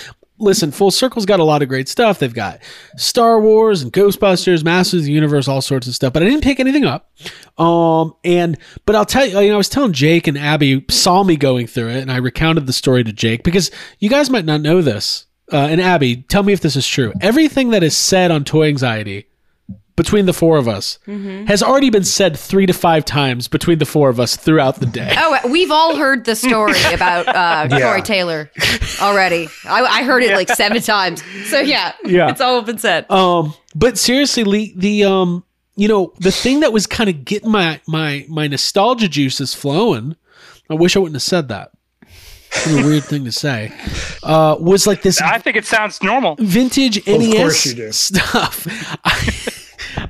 D: listen, Full Circle's got a lot of great stuff. They've got Star Wars and Ghostbusters, Masters of the Universe, all sorts of stuff. But I didn't pick anything up. Um, and but I'll tell you, you know, I was telling Jake and Abby saw me going through it, and I recounted the story to Jake because you guys might not know this. Uh, and Abby, tell me if this is true. Everything that is said on Toy Anxiety between the four of us has already been said three to five times between the four of us throughout the day.
E: Oh, we've all heard the story about uh,
G: Yeah.
E: Corey Taylor already. I, I heard it like seven times. So yeah,
D: Yeah.
E: it's all been said.
D: Um, but seriously, Lee, the um, you know, the thing that was kind of getting my my my nostalgia juices flowing. I wish I wouldn't have said that. What a weird thing to say. Uh, was like this
F: I think it sounds normal.
D: vintage
G: course you do.
D: NES stuff. I,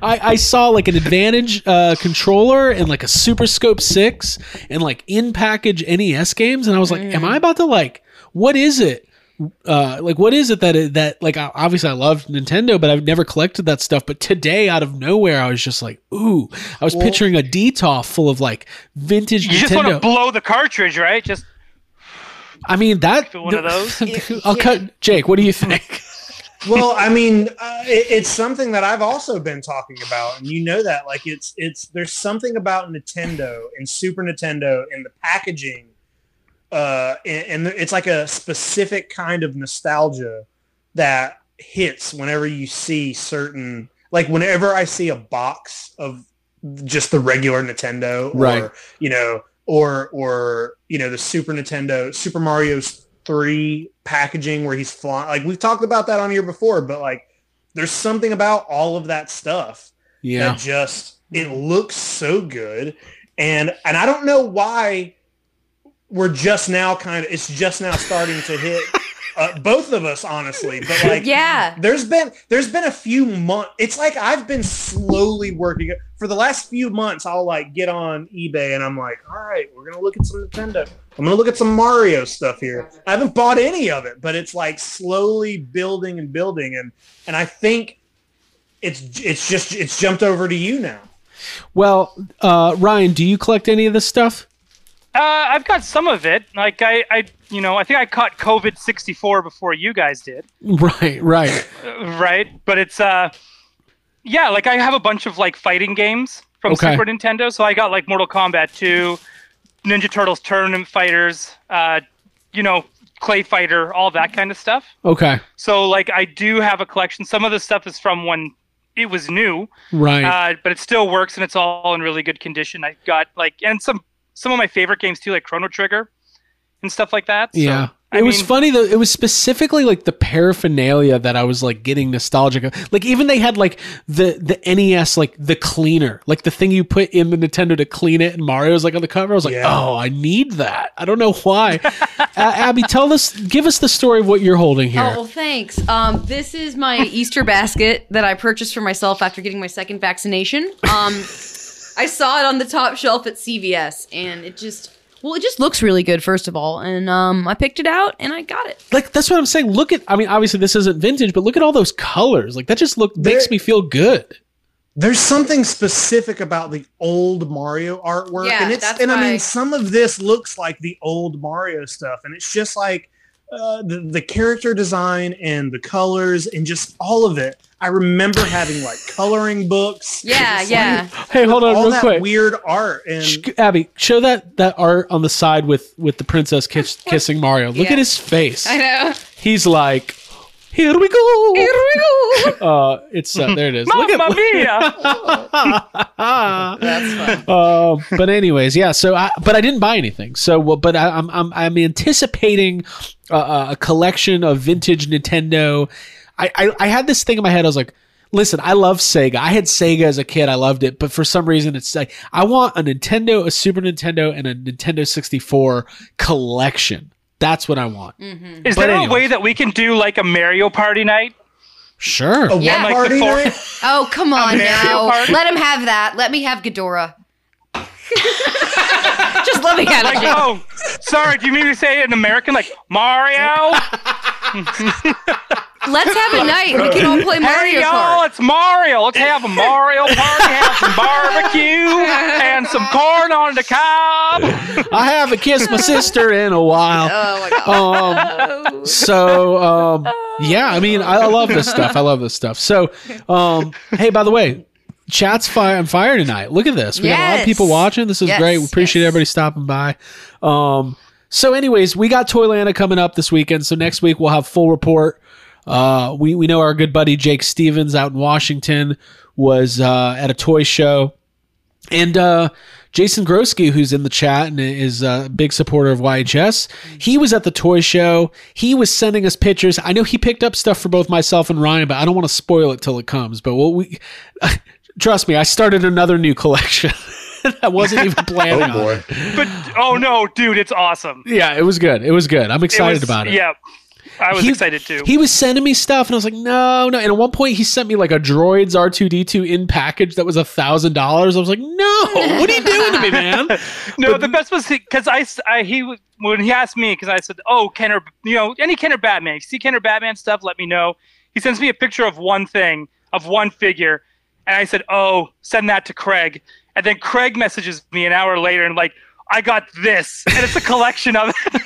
D: I, I saw like an Advantage uh, controller and like a Super Scope Six and like in package NES games, and I was like, "Am
F: Mm.
D: I about to like what is it? Uh, like what is it that it, that like I- obviously I love Nintendo, but I've never collected that stuff. But today, out of nowhere, I was just like, "Ooh!" I was picturing a DTOF full of like vintage
F: You just want to
D: Nintendo.
F: blow the cartridge, right? Just
D: I mean that
F: one of those?
D: I'll cut Jake. What do you think?
G: well i mean uh, it, it's something that i've also been talking about and you know that like it's it's there's something about nintendo and super nintendo and the packaging uh and, and it's like a specific kind of nostalgia that hits whenever you see certain like whenever i see a box of just the regular nintendo or
D: Right.
G: you know or or you know the super nintendo super mario's three packaging where he's flying like we've talked about that on here before but like there's something about all of that stuff
D: Yeah,
G: that just it looks so good and and i don't know why we're just now kind of it's just now starting to hit uh, both of us honestly but like
E: Yeah.
G: there's been there's been a few months it's like i've been slowly working for the last few months i'll like get on ebay and i'm like all right we're gonna look at some nintendo i'm gonna look at some mario stuff here i haven't bought any of it but it's like slowly building and building and and i think it's it's just it's jumped over to you now
D: Well, uh, Ryan, do you collect any of this stuff?
F: Uh, I've got some of it. Like I, I, you know, I think I caught COVID sixty four before you guys did,
D: Right, right.
F: uh, right? But it's uh, yeah, like I have a bunch of like fighting games from
D: Okay.
F: Super Nintendo. So I got like Mortal Kombat two, Ninja Turtles Tournament Fighters, uh, you know, Clay Fighter, all that kind of stuff.
D: Okay,
F: So like I do have a collection. Some of the stuff is from when it was new.
D: right.
F: uh, but it still works and it's all in really good condition. I got like and some some of my favorite games too, like Chrono Trigger and stuff like that. So,
D: yeah.
F: I
D: it was
F: mean-
D: funny though. It was specifically like the paraphernalia that I was like getting nostalgic. Of. Like even they had like the the NES like the cleaner, like the thing you put in the Nintendo to clean it, and Mario's like on the cover. I was like,
G: Yeah.
D: oh, I need that. I don't know why. uh, Abby, tell us, give us the story of what you're holding here.
E: Oh, well, thanks. Um, this is my Easter basket that I purchased for myself after getting my second vaccination. Um, I saw it on the top shelf at CVS, and it just well, it just looks really good, first of all, and um, I picked it out and I got it.
D: Like that's what I'm saying. Look at I mean, obviously this isn't vintage, but look at all those colors. Like that just look makes
G: There-
D: me feel good.
G: There's something specific about the old Mario artwork,
E: Yeah,
G: and it's
E: that's
G: and I
E: why-
G: mean some of this looks like the old Mario stuff, and it's just like uh, the the character design and the colors and just all of it. I remember having like coloring books.
E: Yeah,
G: just,
E: yeah.
G: like,
D: Hey, hold on
G: all
D: real
G: that
D: quick.
G: weird art and
D: Sh- Abby, show that that art on the side with with the princess kiss, kissing Mario. Look
E: Yeah.
D: at his face.
E: know.
D: He's like, here we go.
E: Here we go.
D: Uh, it's uh, there it is. Look
F: Mamma
D: at.
F: mia!
E: That's fun.
D: Uh, but anyways, yeah. So, I, but I didn't buy anything. So, well, but I, I'm I'm I'm anticipating uh, uh, a collection of vintage Nintendo. I, I I had this thing in my head. I was like, listen, I love Sega. I had Sega as a kid. I loved it. But for some reason, it's like I want a Nintendo, a Super Nintendo, and a Nintendo 64 collection. That's what I want.
F: Is
D: But
F: there
D: anyways.
F: a way that we can do like a Mario Party night?
D: Sure.
G: a
E: Yeah.
G: one
F: Like the
G: party
F: four-
G: night.
E: Oh, come on
F: Mario
E: now.
F: Party?
E: Let him have that. Let me have Ghidorah. Just let me have
F: Like,
E: it.
F: oh, sorry, do you mean to say it in American? Like, Mario?
E: Let's have a night. We can all play Mario
F: hey, y'all,
E: Kart.
F: it's Mario. Let's have a Mario party, have some barbecue, and some corn on the cob.
D: I haven't kissed my sister in a while.
E: Oh my god.
D: Um, so um, yeah i mean I, I love this stuff i love this stuff so um, hey by the way chat's fire on fire tonight look at this we got a lot of
E: Yes.
D: people watching this is
E: Yes,
D: great we appreciate
E: yes.
D: everybody stopping by um, so anyways we got toylanda coming up this weekend so next week we'll have full report uh, we, we know our good buddy jake stevens out in washington was uh, at a toy show and uh, Jason Grosky, who's in the chat and is a big supporter of YHS, he was at the toy show. He was sending us pictures. I know he picked up stuff for both myself and Ryan, but I don't want to spoil it till it comes. But what we trust me, I started another new collection. I wasn't even planning.
H: Oh
D: on. it.
H: boy.
F: But oh no, dude, it's awesome.
D: Yeah, it was good. It was good. I'm excited
F: was-
D: about it.
F: Yeah, I was
D: He-
F: excited too.
D: He was sending me stuff, and I was like, no, no. And at one point, he sent me like a droids R two D two in package that was a thousand dollars. I was like, no, what are you doing to me, man?
F: no, the best was because I, s- I- he was- when he asked me because I said, oh Kenner, you know any Kenner Batman? If you see Kenner Batman stuff, let me know. He sends me a picture of one thing, of one figure, and I said, oh, send that to Craig. And then Craig messages me an hour later and like, I got this, and it's a collection of it.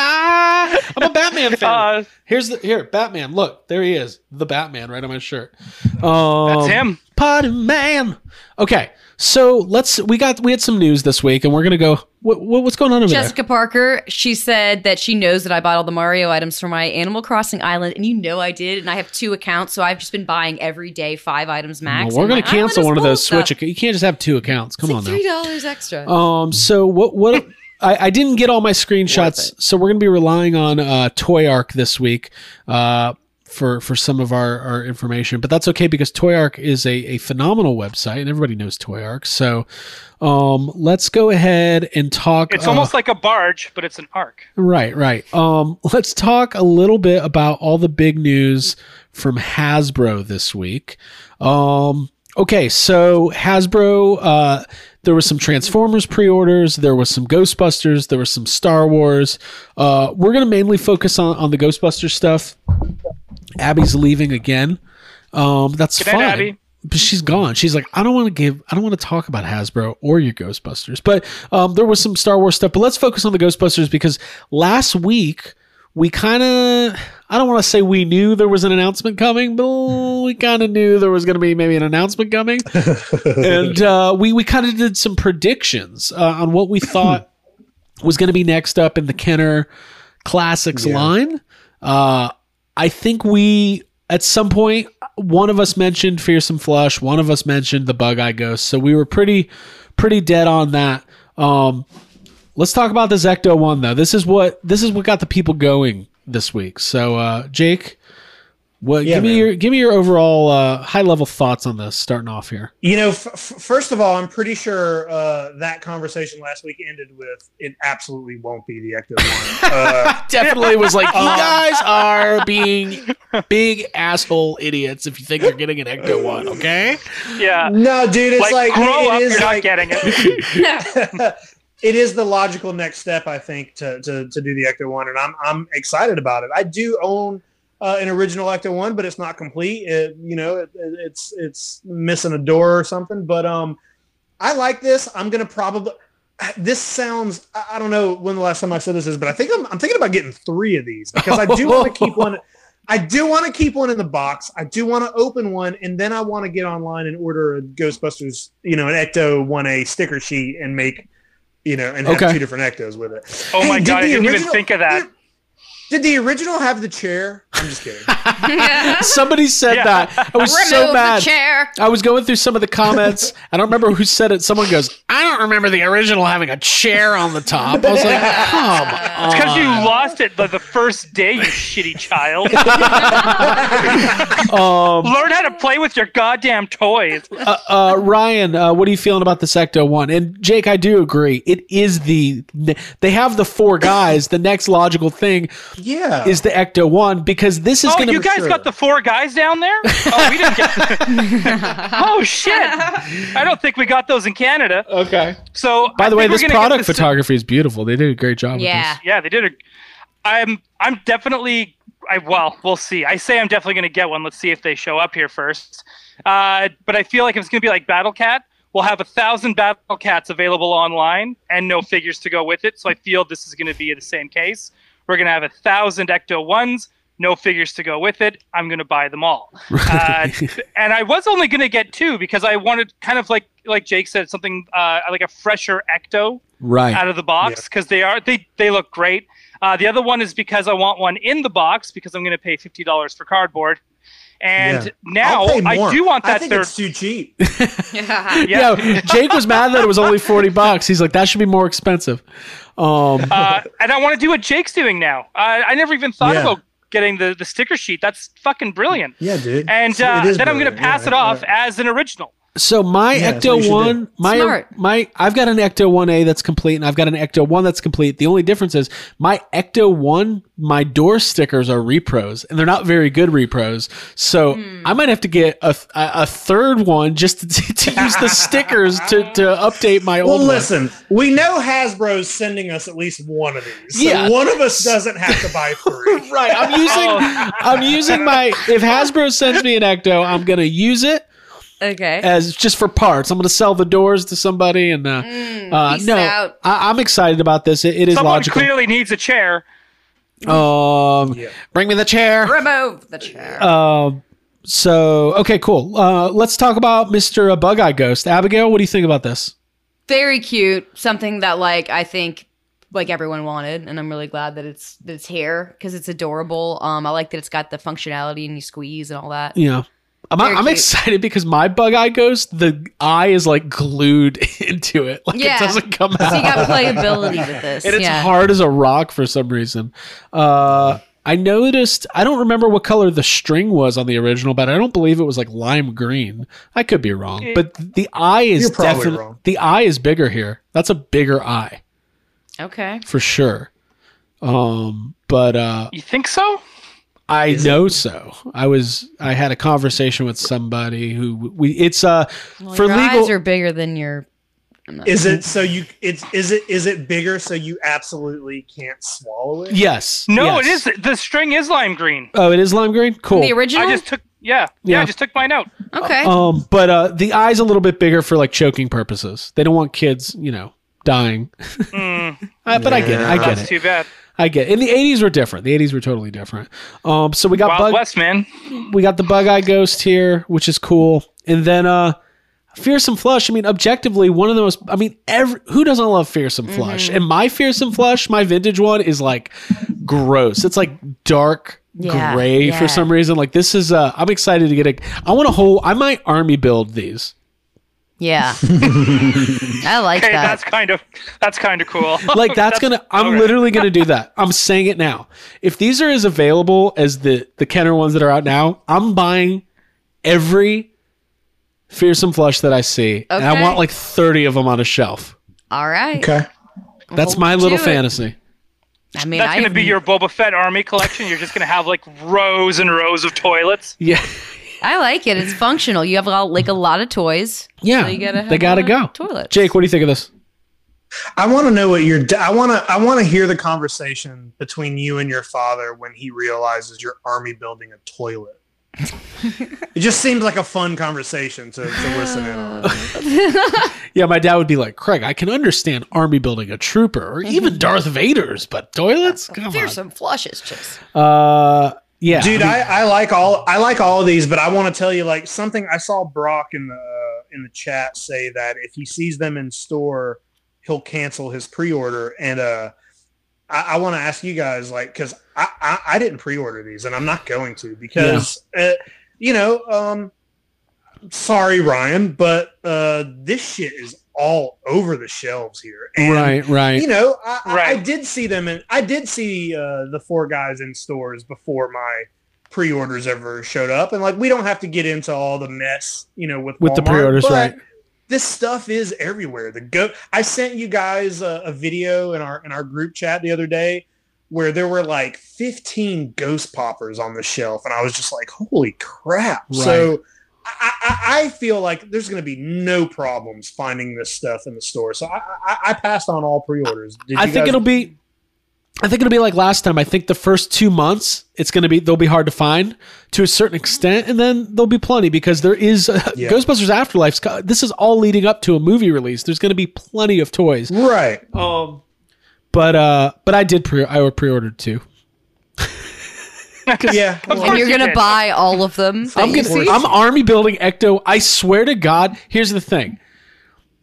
D: Ah, I'm a Batman fan.
F: Uh,
D: Here's the here Batman. Look, there he is, the Batman, right on my shirt. Um,
F: That's him.
D: Pardon man. Okay, so let's we got we had some news this week, and we're gonna go. What, what what's going on over
E: Jessica Parker, she said that she knows that I bought all the Mario items for my Animal Crossing island, and you know I did, and I have two accounts, so I've just been buying every day five items
D: there?
E: max.
D: Well, we're
E: and
D: gonna
E: my island
D: cancel
E: is
D: one of
E: full
D: those
E: stuff.
D: Switch. acc- You can't just have two accounts. Come on now.
E: Three dollars extra.
D: Um. So what what I, I didn't get all my screenshots, so we're gonna be relying on uh, Toy Arc this week. Uh. For, for some of our, our information, but that's okay because ToyArc is a, a phenomenal website and everybody knows ToyArc. So um, let's go ahead and talk.
F: It's
D: uh,
F: almost like a barge, but it's an arc.
D: Right, right. Um, let's talk a little bit about all the big news from Hasbro this week. Um, okay, so Hasbro, uh, there was some Transformers pre-orders, there was some Ghostbusters, there was some Star Wars. Uh, we're gonna mainly focus on on the Ghostbusters stuff. Abby's leaving again. Um, that's
F: Good night,
D: fine.
F: Abby.
D: But she's gone. She's like, I don't want to give, I don't want to talk about Hasbro or your Ghostbusters. But um, there was some Star Wars stuff. But let's focus on the Ghostbusters because last week we kind of, I don't want to say we knew there was an announcement coming, but we kind of knew there was going to be maybe an announcement coming, and uh, we we kind of did some predictions uh, on what we thought was going to be next up in the Kenner Classics line. Uh, I think we at some point one of us mentioned Fearsome Flush, one of us mentioned the Bug Eye Ghost, so we were pretty pretty dead on that. Um, let's talk about this Ecto one though. This is what this is what got the people going this week. So uh, Jake, Well,
G: Yeah,
D: give me
G: man.
D: your give me your overall uh, high level thoughts on this. Starting off here,
G: You know, f- f- first of all, I'm pretty sure uh, that conversation last week ended with it absolutely won't be the Ecto One. Uh,
H: Definitely was like, you
F: Um,
H: guys are being big asshole idiots if you think you're getting an Ecto one. Okay,
F: Yeah.
G: no, dude, it's
F: Like,
G: like,
F: grow
G: it- it
F: up,
G: is
F: you're
G: like-
F: not getting it.
G: it is the logical next step, I think, to to, to do the Ecto One, and I'm I'm excited about it. I do own uh, an original Ecto One, but it's not complete. It, you know, it, it- it's it's missing a door or something. But um, I like this. I'm gonna probably. This sounds. I I don't know when the last time I said this is, but I think I'm, I'm thinking about getting three of these because I do want to keep one. I do want to keep one in the box. I do want to open one, and then I want to get online and order a Ghostbusters, you know, an Ecto One A sticker sheet and make you know, and
D: Okay.
G: have two different ectos with it.
F: Oh my
G: did
F: God, I
G: the
F: didn't even think of that.
G: Did the original have the chair? I'm just kidding.
D: somebody said
F: Yeah.
D: that. I was
E: Remove
D: so
E: the
D: mad.
E: chair.
D: I was going through some of the comments. I don't remember who said it. Someone goes,
H: I don't remember the original having a chair on the top. I was like, come on.
F: Because you lost it the, the first day, you shitty child.
D: um,
F: Learn how to play with your goddamn toys.
D: uh, uh, Ryan, uh, what are you feeling about the Secto one? And Jake, I do agree. It is the they have the four guys. The next logical thing
G: yeah.
D: is the Ecto one because this is
F: Oh,
D: going
F: you guys
G: mature.
F: got the four guys down there? Oh, we didn't get. oh shit! I don't think we got those in Canada.
D: okay.
F: So
D: By
F: I
D: the way,
F: think we're
D: this
F: gonna get
D: product
F: this-
D: photography is beautiful. They did a great job.
E: Yeah.
D: With
F: Yeah, they did. A, I'm I'm definitely. I well, we'll see. I say I'm definitely going to get one. Let's see if they show up here first. Uh, but I feel like if it's going to be like Battle Cat, we'll have a thousand Battle Cats available online and no figures to go with it. So I feel this is going to be the same case. We're going to have a thousand Ecto ones, no figures to go with it. I'm going to buy them all. Uh, and I was only going to get two because I wanted kind of like like Jake said something uh, like a fresher Ecto
D: this. Right.
F: out of the box because they are they they look great. Uh, the other one is because I want one in the box because I'm going to pay fifty dollars for cardboard. And
G: Yeah.
F: now I do want that
G: I think
F: third.
G: It's too cheap.
F: Yeah.
D: Yeah, Jake was mad that it was only 40 bucks. He's like, that should be more expensive. Um,
F: Uh, and I want to do what Jake's doing now. I, I never even thought
G: Yeah.
F: about getting the, the sticker sheet. That's fucking brilliant.
G: Yeah, dude.
F: And
G: So
F: uh,
G: it is
F: then I'm going to
G: brilliant.
F: pass
G: Yeah,
F: it off
G: yeah.
F: as an original.
D: so my
G: Yeah, that's what you
D: Ecto
G: should
D: one, my
E: Smart.
D: my, I've got an Ecto one A that's complete, and I've got an Ecto one that's complete. The only difference is my Ecto one, my door stickers are repros, and they're not very good repros. So
E: Hmm.
D: I might have to get a a, a third one just to, to use the stickers to to update my
G: Well,
D: old. one.
G: listen, we know Hasbro's sending us at least one of these. So
D: Yeah.
G: one of us doesn't have to buy three.
D: Right. I'm using I'm using my if Hasbro sends me an Ecto, I'm gonna use it.
E: Okay.
D: as just for parts. I'm going to sell the doors to somebody, and uh, uh,
E: Mm, peace
D: no,
E: it out.
D: I, I'm excited about this. It, it is
F: Someone
D: logical.
F: clearly needs a chair.
D: um, bring me the chair.
E: Remove the chair.
D: Um, so okay, cool. Uh, let's talk about Mister uh, Bug Eye Ghost. Abigail, what do you think about this?
E: Very cute. Something that like I think like everyone wanted, and I'm really glad that it's that it's here because it's adorable. Um, I like that it's got the functionality and you squeeze and all that.
D: Yeah. I'm,
E: Very
D: I'm
E: cute.
D: excited because my bug eye ghost, the eye is like glued into it. Like
E: Yeah.
D: it doesn't come out.
E: So you got playability with this.
D: and it's
E: yeah.
D: hard as a rock for some reason. Uh, I noticed. I don't remember what color the string was on the original, but I don't believe it was like lime green. I could be wrong, but the eye is
G: You're probably
D: definitely
G: wrong.
D: the eye is bigger here. That's a bigger eye
E: Okay.
D: for sure. Um, but uh,
F: You think so?
D: I know so. I was I had a conversation with somebody who we. It's uh
E: Well,
D: for
E: your
D: legal.
E: eyes are bigger than your.
G: Is it so you it's is it is it bigger so you absolutely can't swallow it?
D: yes.
F: No,
D: yes.
F: it is. The string is lime green.
D: Oh, it is lime green. Cool.
E: The original.
F: I just took yeah, yeah
D: Yeah.
F: I just took mine out.
E: okay.
D: Um, but uh, the eye's a little bit bigger for like choking purposes. They don't want kids, you know, dying. Uh, but I get it. I get
F: Mm, That's
D: it.
F: too bad.
D: I get it. And the '80s were different. The '80s were totally different. Um, so we got
F: Wild
D: bug,
F: West man.
D: we got the bug eye ghost here, which is cool. And then uh, fearsome flush. I mean, objectively, one of the most. I mean, every who doesn't love fearsome
E: Mm-hmm.
D: flush? And my fearsome flush, my vintage one, is like gross. It's like dark.
E: Yeah,
D: gray
E: yeah.
D: for some reason like this is uh i'm excited to get a i want a whole i might army build these
E: Yeah. I like
F: Okay,
E: that.
F: that's kind of that's kind of cool.
D: like that's, gonna i'm
F: alright.
D: literally gonna do that i'm saying it now if these are as available as the the kenner ones that are out now i'm buying every fearsome flush that i see and i
E: Okay.
D: want like 30 of them on a shelf
E: All right.
G: Okay.
D: that's
E: Hold
D: my little
E: to it.
D: fantasy
E: I mean,
F: That's
E: I
F: going to be your Boba Fett army collection. You're just going to have like rows and rows of toilets.
D: yeah
E: I like it. It's functional. You have a- like a lot of toys.
D: yeah
E: you gotta
D: they
E: have
D: gotta
E: a
D: go
E: toilet.
D: jake what do you think of this
G: I want to know what your. da- I want to. I want to hear the conversation between you and your father when he realizes your army building a toilet. it just seems like a fun conversation to, to listen in on.
D: yeah my dad would be like craig i can understand army building a trooper or even darth vader's but toilets come on
E: Fearsome flushes, just
D: uh yeah
G: Dude, I, I like all I like all of these, but I want to tell you like something I saw Brock in the uh, in the chat say that if he sees them in store, he'll cancel his pre-order. And uh, I, I want to ask you guys like because I, I I didn't pre-order these and I'm not going to because uh, you know um sorry Ryan, but uh this shit is all over the shelves here. And
D: right right
G: you know, I, I- I
F: Right.
G: did see them, and I did see uh, the four guys in stores before my pre-orders ever showed up. And like, we don't have to get into all the mess, you know, with
D: With the
G: Walmart,
D: pre-orders,
G: but
D: right.
G: This stuff is everywhere. The go. I sent you guys a, a video in our in our group chat the other day where there were like 15 ghost poppers on the shelf, and I was just like, holy crap! So. I, I, I feel like there's going to be no problems finding this stuff in the store. So I, I, I passed on all pre-orders. Did
D: I
G: you
D: think
G: guys-
D: it'll be. I think it'll be like last time. I think the first two months it's going to be they'll be hard to find to a certain extent, and then there'll be plenty because there is uh,
G: Yeah.
D: Ghostbusters Afterlife's. co- This is all leading up to a movie release. There's going to be plenty of toys.
G: right.
D: Um, but uh, but I did pre I pre-ordered two.
G: Yeah.
E: and you're
F: you
E: gonna
F: did.
E: buy all of them. that
D: I'm
E: you
D: gonna,
E: see?
D: I'm army building Ecto. I swear to God. Here's the thing.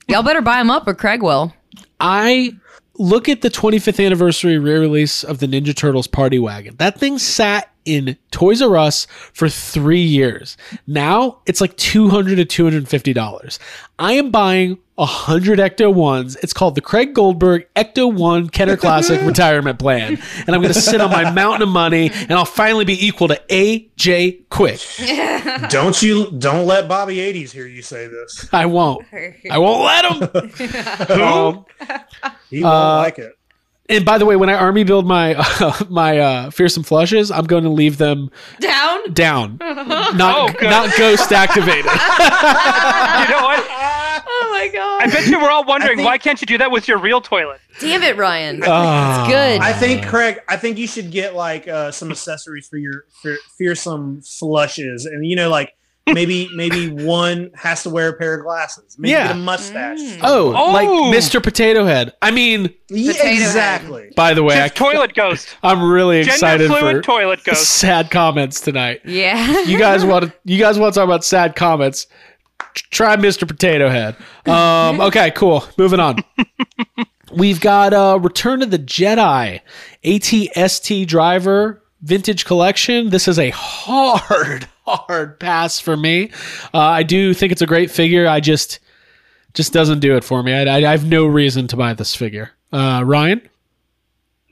E: Y'all better buy them up, or Craig will.
D: I look at the 25th anniversary re-release of the Ninja Turtles Party Wagon. That thing sat in Toys R Us for three years. Now it's like 200 to 250 dollars. I am buying hundred Ecto ones. It's called the Craig Goldberg Ecto One Kenner Classic Retirement Plan, and I'm going to sit on my mountain of money, and I'll finally be equal to AJ Quick.
G: Don't you don't let Bobby 80s hear you say this.
D: I won't. I won't let Um, him.
G: He won't like it.
D: And by the way, when I army build my my uh, fearsome flushes, I'm going to leave them
E: Down.
D: down,
F: Oh,
D: not
F: good.
D: not ghost activated.
F: You know what?
E: Oh my
F: I
E: god.
F: bet you we're all wondering why can't you do that with your real toilet?
E: Damn it, Ryan.
D: Ah.
E: it's good.
G: I think Craig, I think you should get like uh, some accessories for your for fearsome flushes and you know like maybe maybe one has to wear a pair of glasses. Maybe
D: Yeah.
G: get a mustache.
D: Oh,
F: Oh.
D: like Mr. Potato Head. I mean,
G: Yeah,
E: Potato head.
G: exactly.
D: by the way, I,
F: Just toilet ghost.
D: I'm really
F: Gender
D: excited for
F: fluid toilet ghost.
D: sad comments tonight.
E: yeah.
D: You guys want to you guys want to talk about sad comments? T- Try Mr. Potato Head. Um, okay, cool. Moving on. We've got uh, Return of the Jedi ATST driver vintage collection. This is a hard, hard pass for me. Uh, I do think it's a great figure. I just just doesn't do it for me. I, I, I have no reason to buy this figure. Uh, Ryan,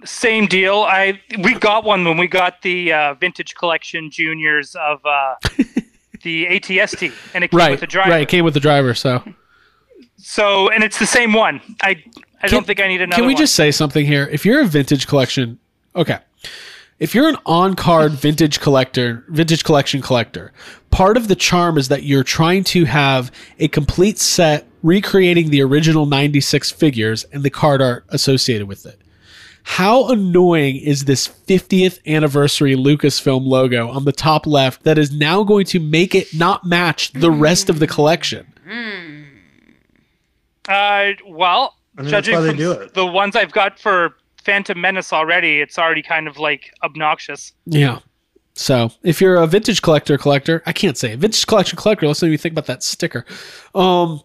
F: Same deal. I we got one when we got the uh, vintage collection juniors of uh, the ATST, and it came
D: right,
F: with the driver.
D: right, it came with the driver. So
F: So, and it's the same one. I I don't think I need another.
D: Can we
F: one.
D: just say something here? If you're a vintage collection, okay. If you're an on-card vintage collector, vintage collection collector, part of the charm is that you're trying to have a complete set recreating the original 96 figures and the card art associated with it. How annoying is this 50th anniversary Lucasfilm logo on the top left that is now going to make it not match the rest of the collection?
F: Uh, well,
G: mean, that's
F: judging
G: why they
F: from
G: do it.
F: the ones I've got for Phantom Menace already, it's already kind of like obnoxious.
D: Yeah. So if you're a vintage collector, collector, I can't say it. vintage collection collector. Let's know what you think about that sticker. Um,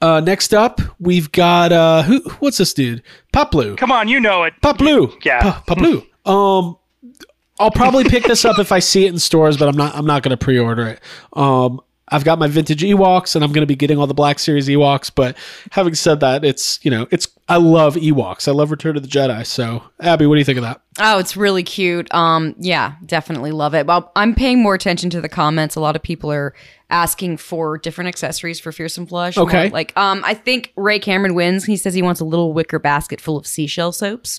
D: uh, next up, we've got uh, who? What's this dude? Paplu.
F: Come on, you know it.
D: Paplu.
F: Yeah.
D: Pa- Paplu. um, I'll probably pick this up if I see it in stores, but I'm not. I'm not going to pre-order it. Um, I've got my vintage Ewoks, and I'm going to be getting all the Black Series Ewoks. But having said that, it's you know, it's I love Ewoks. I love Return of the Jedi. So, Abby, what do you think of that?
E: Oh, it's really cute. Um, yeah, definitely love it. Well, I'm paying more attention to the comments. A lot of people are asking for different accessories for Fearsome Flush. More
D: Okay.
E: like, um, I think Ray Cameron wins. He says he wants a little wicker basket full of seashell soaps.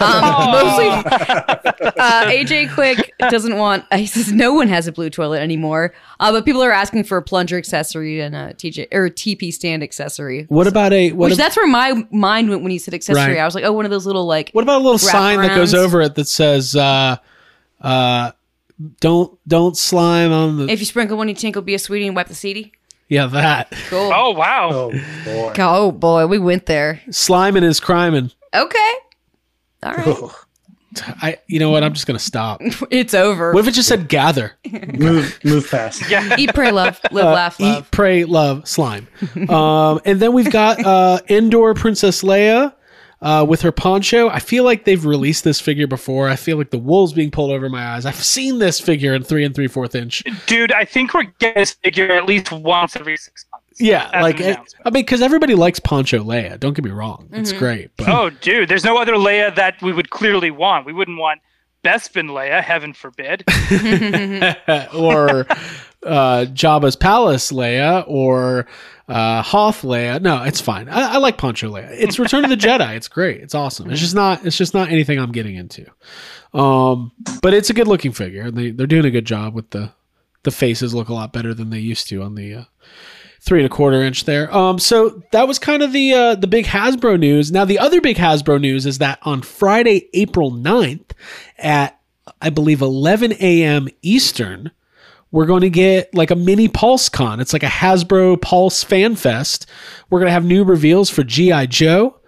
E: um, mostly, uh, AJ Quick doesn't want. He says no one has a blue toilet anymore. Uh, but people are asking for a plunger accessory and a TJ or TP stand accessory.
D: What about a what?
E: Which
D: ab-
E: that's where my mind went when you said accessory.
D: Right.
E: I was like, oh, one of those little like
D: What about a little sign that goes
E: Wraparounds.
D: over it that says, uh, uh, "Don't don't slime on the
E: If you sprinkle one, you tinkle, be a sweetie, and wipe the seedy.
D: yeah that
E: Cool.
F: Oh wow.
G: Oh boy.
E: oh boy, we went there.
D: slime and his crime." And
E: Okay. All right.
D: I, you know what? I'm just gonna stop.
E: it's over.
D: What if it just said "gather"?
G: Move move fast.
E: Eat, pray, love, live, laugh, love.
D: Uh, Eat, pray, love, slime. um, and then we've got uh, indoor Princess Leia uh, with her poncho. I feel like they've released this figure before. I feel like the wool's being pulled over my eyes. I've seen this figure in three and three fourth inch.
F: Dude, I think we're getting this figure at least once every six months.
D: Yeah,
F: As
D: like
F: an
D: I mean,
F: announcement.
D: because everybody likes poncho Leia. Don't get me wrong, it's great. But
F: Oh, dude, there's no other Leia that we would clearly want. We wouldn't want Bespin Leia, heaven forbid.
D: or uh, Jabba's Palace Leia or uh, Hoth Leia. No, it's fine. I, I like Poncho Leia. It's Return of the Jedi. It's great. It's awesome. It's just not. It's just not anything I'm getting into. Um, but it's a good looking figure. They they're doing a good job with the the faces look a lot better than they used to on the. Uh, Three and a quarter inch there. Um, so that was kind of the uh, the big Hasbro news. Now the other big Hasbro news is that on Friday, April 9th, at I believe 11 a.m. Eastern, we're going to get like a mini Pulse Con. It's like a Hasbro Pulse Fan Fest. We're going to have new reveals for G.I. Joe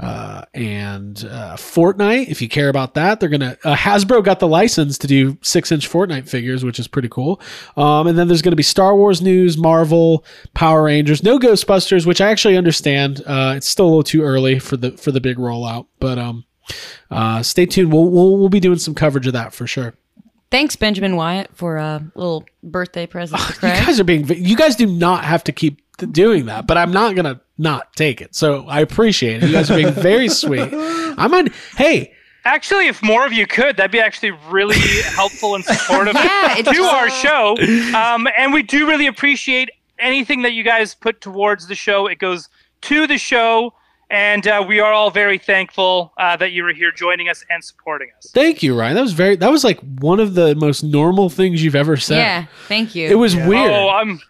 D: uh, and uh, Fortnite. If you care about that, they're going to. Uh, Hasbro got the license to do six inch Fortnite figures, which is pretty cool. Um, and then there's going to be Star Wars news, Marvel, Power Rangers, no Ghostbusters, which I actually understand. Uh, it's still a little too early for the for the big rollout, but um, uh, stay tuned. We'll, we'll we'll be doing some coverage of that for sure.
E: Thanks, Benjamin Wyatt, for a little birthday present for
D: Oh, You
E: Craig.
D: guys are being. You guys do not have to keep th- doing that, but I'm not gonna not take it. So I appreciate it. You guys are being very sweet. I might. Hey,
F: Actually, if more of you could, that'd be actually really helpful and supportive
E: Yeah, it's
F: to
E: just-
F: our show. Um, and we do really appreciate anything that you guys put towards the show. It goes to the show, and uh, we are all very thankful uh, that you were here joining us and supporting us.
D: thank you, Ryan. That was very. That was like one of the most normal things you've ever said.
E: yeah, thank you.
D: It was weird.
F: Oh, I'm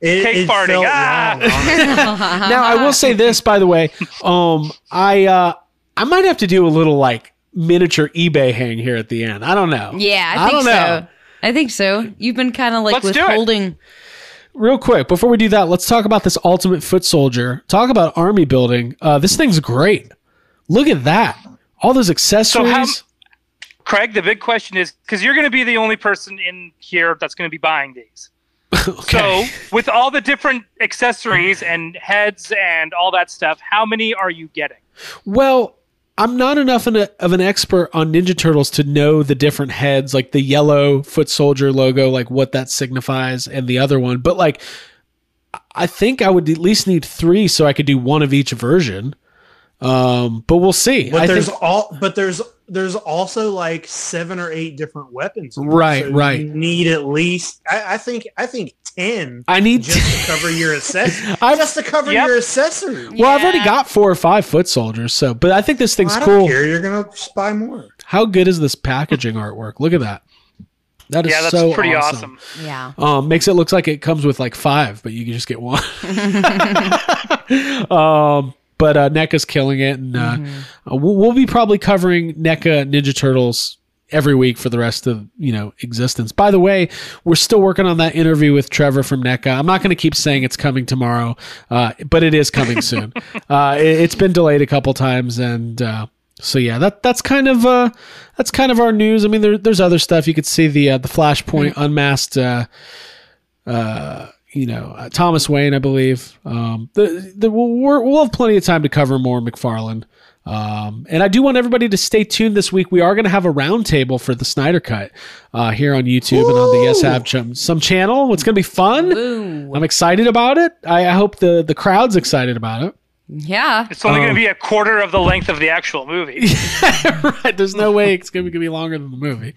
G: It,
F: Cake
G: it
F: farting.
G: felt
F: Ah!
G: wrong, honestly.
D: now I will say this, by the way. Um, I uh, I might have to do a little like miniature eBay hang here at the end. I don't know.
E: yeah,
D: I
E: I
D: don't
E: think so.
D: know.
E: I think so. You've been kind of like
F: Let's do it.
E: withholding.
D: real quick before we do that let's talk about this ultimate foot soldier talk about army building uh, this thing's great look at that all those accessories
F: how- Craig. The big question is because you're going to be the only person in here that's going to be buying these.
D: okay
F: So, with all the different accessories and heads and all that stuff, how many are you getting?
D: well i'm not enough an, of an expert on ninja turtles to know the different heads like the yellow foot soldier logo like what that signifies and the other one but like i think i would at least need three so i could do one of each version um but we'll see
G: But
D: I
G: there's
D: think-
G: all but there's there's also like seven or eight different weapons. you know,
D: Right, right.
G: You need at least I, I think I think ten
D: i need
G: just to cover your accessories.
D: I've-
G: just to cover
F: Yep.
G: your accessories.
D: Well, I've already got four or five foot soldiers, so but I think this thing's
G: I don't
D: cool.
G: care. You're gonna just buy more.
D: How good is this packaging artwork? Look at that. That is
F: yeah, that's
D: so
F: pretty
D: awesome.
F: awesome.
E: Yeah.
D: Um, makes it look like it comes with like five, but you can just get one. um, but uh, NECA's killing it, and uh, uh, we'll, we'll be probably covering NECA Ninja Turtles every week for the rest of you know existence. By the way, we're still working on that interview with Trevor from NECA. I'm not going to keep saying it's coming tomorrow, uh, but it is coming soon. uh, it, it's been delayed a couple times, and uh, so yeah, that that's kind of uh, that's kind of our news. I mean, there, there's other stuff you could see the uh, the Flashpoint unmasked. Uh, you know uh, Thomas Wayne, I believe. Um, the, the, we'll, we're- we'll have plenty of time to cover more McFarlane. Um, and I do want everybody to stay tuned this week. We are going to have a roundtable for the Snyder Cut uh, here on YouTube and on the Yes Have Chum, some channel. It's going to be fun.
E: Ooh.
D: I'm excited about it. I, I hope the the crowd's excited about it.
E: Yeah.
F: It's only
D: Um,
F: going to be a quarter of the length of the actual movie.
D: right. There's no way it's going to be longer than the movie.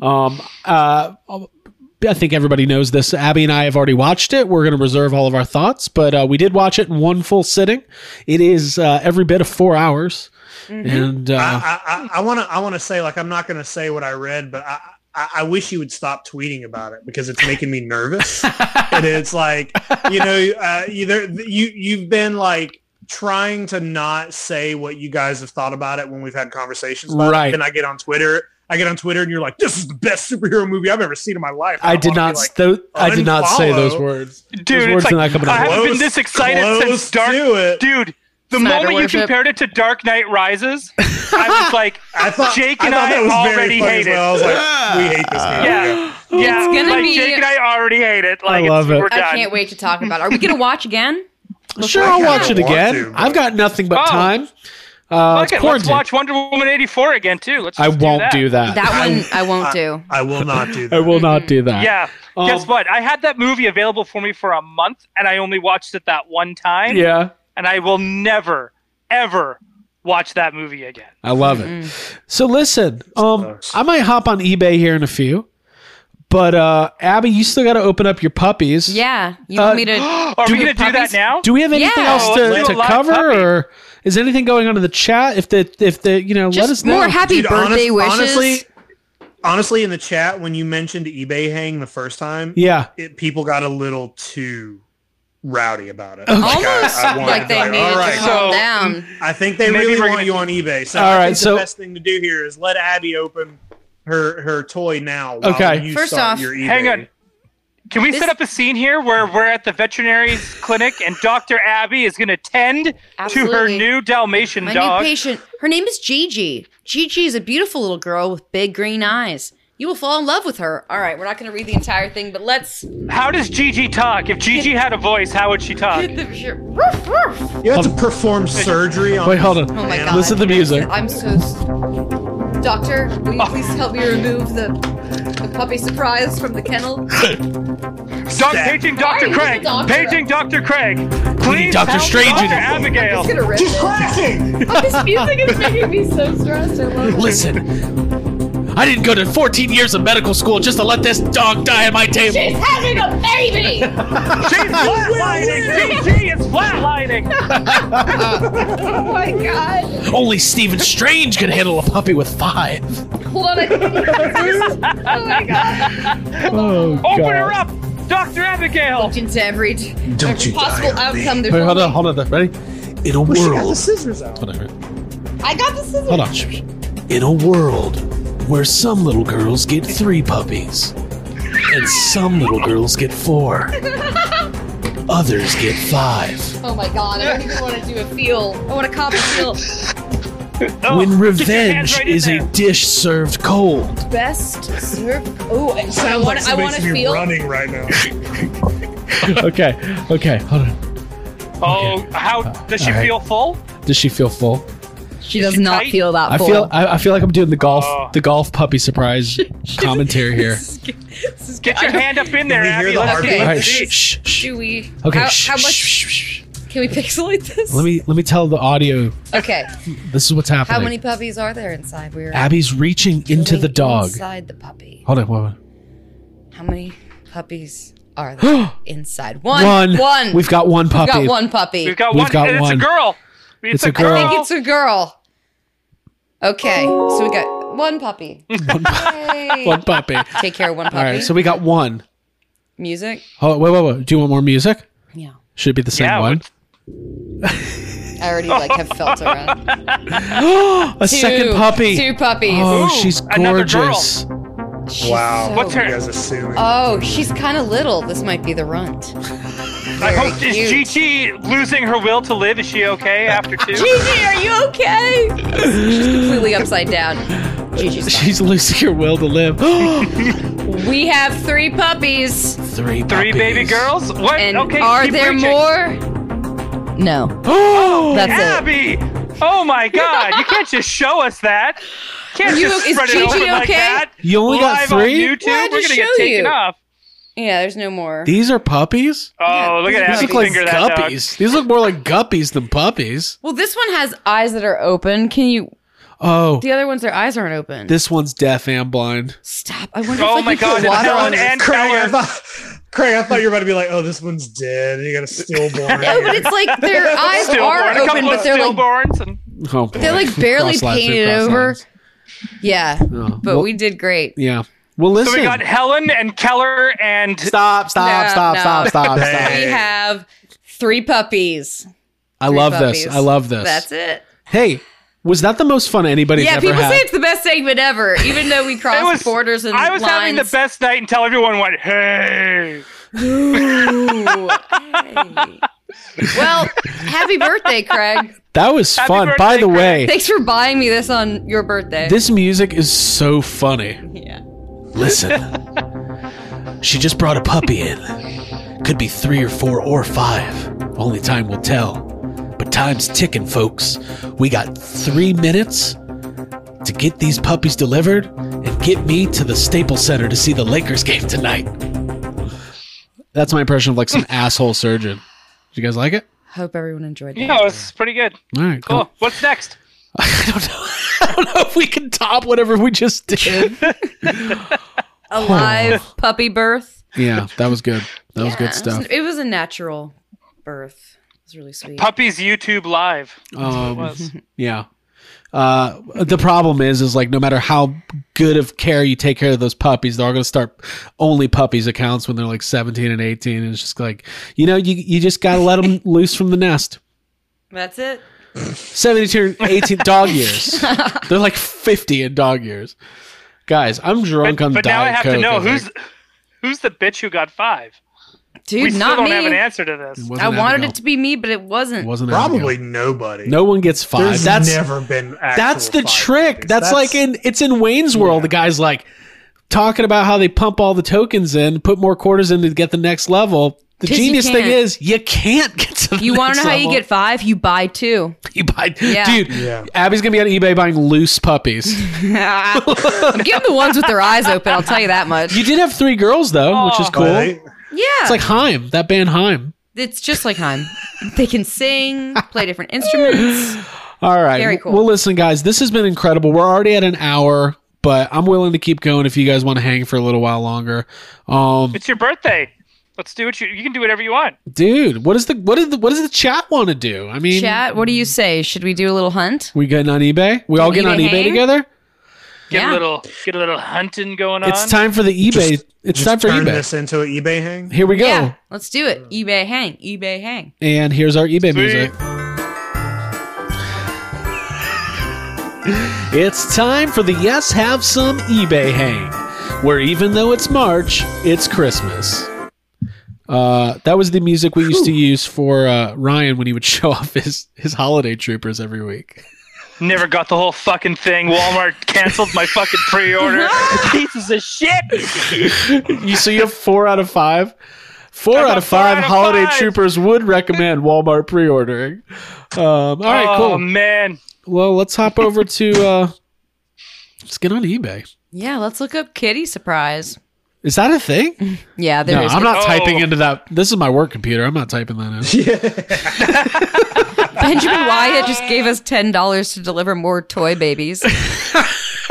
D: Um, uh, I think everybody knows this. Abby and I have already watched it. We're going to reserve all of our thoughts, but uh, we did watch it in one full sitting. It is uh, every bit of four hours, and uh,
G: I, I, I want to. I want to say like I'm not going to say what I read, but I, I, I wish you would stop tweeting about it because it's making me nervous. and it's like you know, uh, you there, you you've been like trying to not say what you guys have thought about it when we've had conversations. About
D: Right.
G: It. Then I get on Twitter. I get on Twitter and you're like, "This is the best superhero movie I've ever seen in my life." And
D: I
G: I'm
D: did
G: wanna be
D: not.
G: like,
D: tho- I did not say those
G: unfollow.
D: words.
F: Dude,
D: words
F: it's
D: are not
F: like,
D: coming
F: I
D: out.
F: haven't been
G: Close-
F: this excited
G: close
F: since Dark.
G: to it.
F: Dude, the
E: Snyder
F: moment
E: worship.
F: you compared it to Dark Knight Rises, I was like,
G: I thought
F: Jake
G: I
F: and
G: thought
F: I,
G: that was very
F: already
G: funny
F: hate
G: as well. I
F: it.
G: was like, "We hate this movie."
F: Yeah, yeah.
E: It's gonna
F: like
E: be-
F: Jake and I already hate it. Like,
D: love
F: it's,
D: it.
F: We're done.
E: I can't wait to talk about it. Are we going to watch again?
D: Sure, I'll
G: I
D: watch it
G: kinda want
D: again.
G: to, but-
D: I've got nothing but
F: Oh.
D: time. Uh,
F: Fuck
D: it's
F: it, let's
D: quarantine.
F: watch Wonder Woman '84 again too. Let's.
D: I
F: just
D: won't do that.
E: That one I
D: Uh,
E: won't do.
G: I will not do that.
D: I will not do that.
F: Yeah.
D: Um,
F: Guess what? I had that movie available for me for a month, and I only watched it that one time.
D: Yeah.
F: And I will never, ever watch that movie again.
D: I love
E: Mm-hmm.
D: it. So listen, um, I might hop on eBay here in a few, but uh, Abby, you still got to open up your puppies.
E: Yeah. You
D: Uh,
E: want me to.
F: Are
D: Do
F: we
D: we-
F: going to do that
E: puppies?
F: now?
D: Do we have anything
E: Yeah.
D: else
F: Oh,
D: to,
F: let's
D: to
F: do a live
D: cover,
F: puppy.
D: or is anything going on in the chat? If the if the you know, let us
E: Just
D: know.
E: more happy
G: Dude, honest-
E: birthday wishes.
G: Honestly, honestly, in the chat when you mentioned eBay hang the first time,
D: yeah,
G: it, people got a little too rowdy about it.
E: Almost
G: I, I wanted
E: like
G: to
E: they
G: be like,
E: needed
G: "All right,
E: to calm
F: so-
E: down.
G: I think they
F: Maybe
G: really
F: we're
G: want
F: gonna-
G: you on eBay. So
D: All
G: I
D: right,
G: think
D: so-
G: the best thing to do here is let Abby open her her toy now. While
D: Okay.
G: you
E: First
G: start
E: off-
G: your eBay.
F: Hang on. Can we
E: This-
F: set up a scene here where we're at the veterinary's clinic and Dr. Abby is going to tend to her
E: Absolutely.
F: new Dalmatian
E: My
F: dog?
E: new patient. Her name is Gigi. Gigi is a beautiful little girl with big green eyes. You will fall in love with her. All right, we're not going to read the entire thing, but let's.
F: How does Gigi talk? If Gigi had a voice, how would she talk?
E: Roof, roof.
G: You have to perform surgery on.
D: wait, hold on.
E: Oh my
G: Man,
E: god.
D: Listen to the music.
E: I'm so. s- Doctor, will
G: Oh.
E: you please help me remove the, the puppy surprise from the kennel?
F: Doc, paging Dr.
E: Why?
F: Craig.
E: Doctor.
F: Paging Dr. Craig. Please
H: Dr.
F: help
H: Strange in
F: Dr.
H: here.
F: Abigail.
G: Oh.
E: It's gonna rip
G: She's
E: it.
G: crashing.
E: But this music is making me so stressed. I love it.
H: Listen, I didn't go to 14 years of medical school just to let this dog die at my table.
E: She's having a baby.
F: She's flatlining. Gigi is flatlining.
E: Oh my god.
H: Only Stephen Strange could handle a puppy with five.
E: Hold on. I oh my god.
D: Oh,
F: Open
D: God.
F: her up. Dr. Abigail.
E: Into every, every
G: you die
E: possible
G: on me.
E: outcome. There's
D: Wait, hold
E: only-
D: on, hold on. Ready?
H: In a
G: She got the
H: world,
G: scissors out.
D: Whatever.
E: I got the scissors.
D: Hold on. Shh, shh.
H: in a world where some little girls get three puppies, and some little girls get four, others get five.
E: Oh my god, I don't even want to do a feel. I want to cop a feel.
F: Oh,
H: when
F: get your hands
H: revenge
F: right in
H: is
F: there.
H: a dish served cold,
E: Best served. Oh, and I
G: Sounds
E: want
G: like
E: to I want
G: somebody's
E: to
G: to be
E: feel.
G: running right now.
D: okay, okay. Hold on.
F: Oh, how does she
D: All right.
F: feel full?
D: Does she feel full?
E: She does
F: Is it
E: not
F: tight?
E: feel that
D: I
E: full.
D: feel. I, I feel like I'm doing the golf.
F: Oh.
D: The golf puppy surprise commentary here.
E: This is good. This is
F: Get
E: good.
F: your
E: I don't-
F: hand up in there,
G: we hear
F: Abby.
G: the
F: Let's
G: heartbeat?
D: All
F: see.
D: right.
E: Let's
D: Shh, shh,
E: see.
D: shh.
E: Do we?
D: Okay.
E: How,
D: shh,
E: how
D: shh,
E: much
D: shh, shh.
E: can we pixelate this?
D: Let me let me tell the audio.
E: Okay.
D: This is what's happening.
E: How many puppies are there inside? We're
D: Abby's reaching into the
E: really
D: dog.
E: Inside the puppy.
D: Hold on, hold on.
E: How many puppies are there inside? One.
D: One.
E: One.
D: We've got one
E: We've
D: puppy.
E: got one puppy.
F: We've got
D: We've
F: one.
D: got
F: and
D: one.
F: It's a girl. It's,
D: a girl.
E: I think it's a girl. Okay, so we got one puppy. Yay.
D: One puppy. All
E: Take care of one puppy.
D: right, so we got one.
E: Music.
D: Oh, wait, wait, wait. Do you want more music?
E: Yeah.
D: Should it be the same
F: Yeah,
D: one?
F: it's-
E: I already like have felt around.
D: A second puppy.
E: Two puppies.
D: Oh,
F: Ooh,
D: she's
F: another girl.
D: gorgeous.
E: She's
G: Wow.
E: so-
F: What's her-
G: You guys assuming.
E: Oh, she's kind of little. This might be the runt.
F: I
E: Very
F: hope is
E: cute.
F: Gigi losing her will to live? Is she okay after two?
E: Gigi, are you okay? she's completely upside down. Gigi's
D: She's losing her will to live.
E: fine. We have three puppies.
H: Three
F: Three
H: puppies.
F: baby girls? What?
E: And
F: okay.
E: are
F: keep
E: there
F: reaching.
E: more? No.
D: oh,
E: That's it.
F: Abby! Oh my god, you can't just show us that. Can't
E: You-
F: just
E: is
F: spread it
E: Gigi
F: over like
E: okay?
F: that.
D: You only got
F: Live
D: three?
F: on YouTube,
E: Why'd
F: we're
E: you
F: gonna get
E: show
F: taken
E: you?
F: off.
E: Yeah, there's no more.
H: These are puppies.
F: Oh, look
E: these
F: at Abby
H: These look like
F: finger that dog.
H: guppies. These look more like guppies than puppies.
E: Well, this one has eyes that are open. Can you?
H: Oh,
E: The other ones, their eyes aren't open.
H: this one's deaf and blind.
E: Stop. I wonder
F: Oh
E: if like,
F: my
E: you
F: God,
E: put
F: it's
E: water on
F: Helen
E: it.
F: and
G: Craig, I
F: Keller.
G: thought, Craig, I thought you were about to be like, "Oh, this one's dead. You got a stillborn."
E: No, but it's like their eyes
F: Stillborn,
E: are
F: a couple
E: open, but
F: of
E: they're like
F: stillborns, and
H: Oh, boy.
E: they're like barely
H: Cross lines,
E: painted
H: cross
E: over.
H: lines.
E: Yeah,
H: Oh,
E: but
H: well,
E: we did great.
H: yeah. Well, listen.
F: so we got Helen and Keller and
H: stop! Stop!
E: No,
H: stop!
E: no.
H: Stop! Stop! Stop!
E: We have three puppies.
H: I love
E: puppies.
H: this. I love this.
E: That's it.
H: Hey, was that the most fun anybody's
E: yeah,
H: ever
E: people
H: had?
E: say it's the best segment ever, even though we
F: It
E: crossed
F: was-
E: borders and
F: I was
E: lines.
F: having the best night until everyone went, "Hey!"
E: Ooh, hey. Well, happy birthday, Craig.
H: that was
F: Happy
H: fun. By
F: birthday,
H: the
F: Craig.
H: way,
E: Thanks for buying me this on your birthday.
H: this music is so funny.
E: yeah.
H: Listen, she just brought a puppy in. Could be three or four or five. Only time will tell. But time's ticking, folks. We got three minutes to get these puppies delivered and get me to the Staples Center to see the Lakers game tonight. That's my impression of like some asshole surgeon. Did you guys like it?
E: Hope everyone enjoyed that.
F: Yeah, it was pretty good.
H: All right,
F: Cool. What's next?
H: I don't know. I don't know if we can top whatever we just did.
E: A live puppy birth.
H: yeah, that was good. That was
E: Yeah,
H: good stuff.
E: It was, it was a natural birth. It was really sweet.
F: Puppies YouTube Live.
H: Um,
F: was.
H: Yeah. Uh, the problem is, is like no matter how good of care you take care of those puppies, they're all going to start only puppies accounts when they're like 17 and 18. And it's just like, you know, you, you just got to let them loose from the nest.
E: That's it.
H: 72 and 18 dog years. They're like 50 in dog years. Guys, I'm drunk
F: but
H: on
F: but
H: Diet
F: now I have to
H: Coke,
F: know
H: think.
F: who's who's the bitch who got five.
E: Dude,
F: we still
E: not
F: don't
E: me.
F: have an answer to this.
H: It
E: I
H: wasn't
E: wanted
H: Abigail.
E: it to be me, but it wasn't.
H: It wasn't
G: Probably
H: Abigail.
G: nobody.
H: no one gets five.
G: There's
H: That's
G: never been. actual
H: That's the
G: five
H: trick.
G: puppies.
H: That's, like in it's in Wayne's World. The guy's like talking about how they pump all the tokens in, put more quarters in to get the next level. The
E: 'Cause you
H: genius thing
E: can't.
H: is you can't get to the
E: You want
H: want
E: to know how you get five? You buy two.
H: you buy,
E: Yeah.
H: dude.
G: Yeah.
H: Abby's gonna be on eBay buying loose puppies.
E: I'm getting the ones with their eyes open. I'll tell you that much.
H: you did have three girls though, which is
F: Aw.
H: cool.
G: Oh. Right?
E: yeah,
H: It's like Heim, that band Heim.
E: it's just like Heim. They can sing, play different instruments.
H: All right.
E: Very cool.
H: Well, listen, guys, this has been incredible. We're already at an hour, but I'm willing to keep going if you guys want to hang for a little while longer. Um,
F: It's your birthday. Let's do what you you can do whatever you want.
H: dude, what is the what is the what does the chat want to do? I mean,
E: Chat, what do you say? Should we do a little hunt?
H: We getting on eBay? We all getting on
E: eBay
H: eBay
E: hang?
H: together?
F: Get
E: Yeah.
F: a little get a little hunting going on.
H: It's time for the eBay.
G: Just-
H: it's
G: Just
H: time for
G: turn
H: eBay.
G: this into an eBay hang.
H: Here we go.
E: Yeah, let's do it. eBay hang, eBay hang.
H: And here's our eBay music. It's time for the Yes Have Some eBay hang, where even though it's March, it's Christmas. Uh, that was the music we used to use for uh, Ryan when he would show off his, his holiday troopers every week.
F: Never got the whole fucking thing. Walmart canceled my fucking pre-order. Pieces of shit.
H: You so you have four out of five. Four
F: I'm
H: out
F: a
H: of
F: four
H: five
F: out of
H: holiday
F: five.
H: troopers would recommend Walmart pre-ordering. Um, all right,
F: oh
H: cool.
F: man.
H: Well, let's hop over to uh, let's get on eBay.
E: Yeah, let's look up kitty surprise.
H: Is that a thing?
E: Yeah, there
H: No,
E: is.
H: I'm not
F: Oh.
H: typing into that. This is my work computer. I'm not typing that in.
E: Benjamin Wyatt just gave us ten dollars to deliver more toy babies.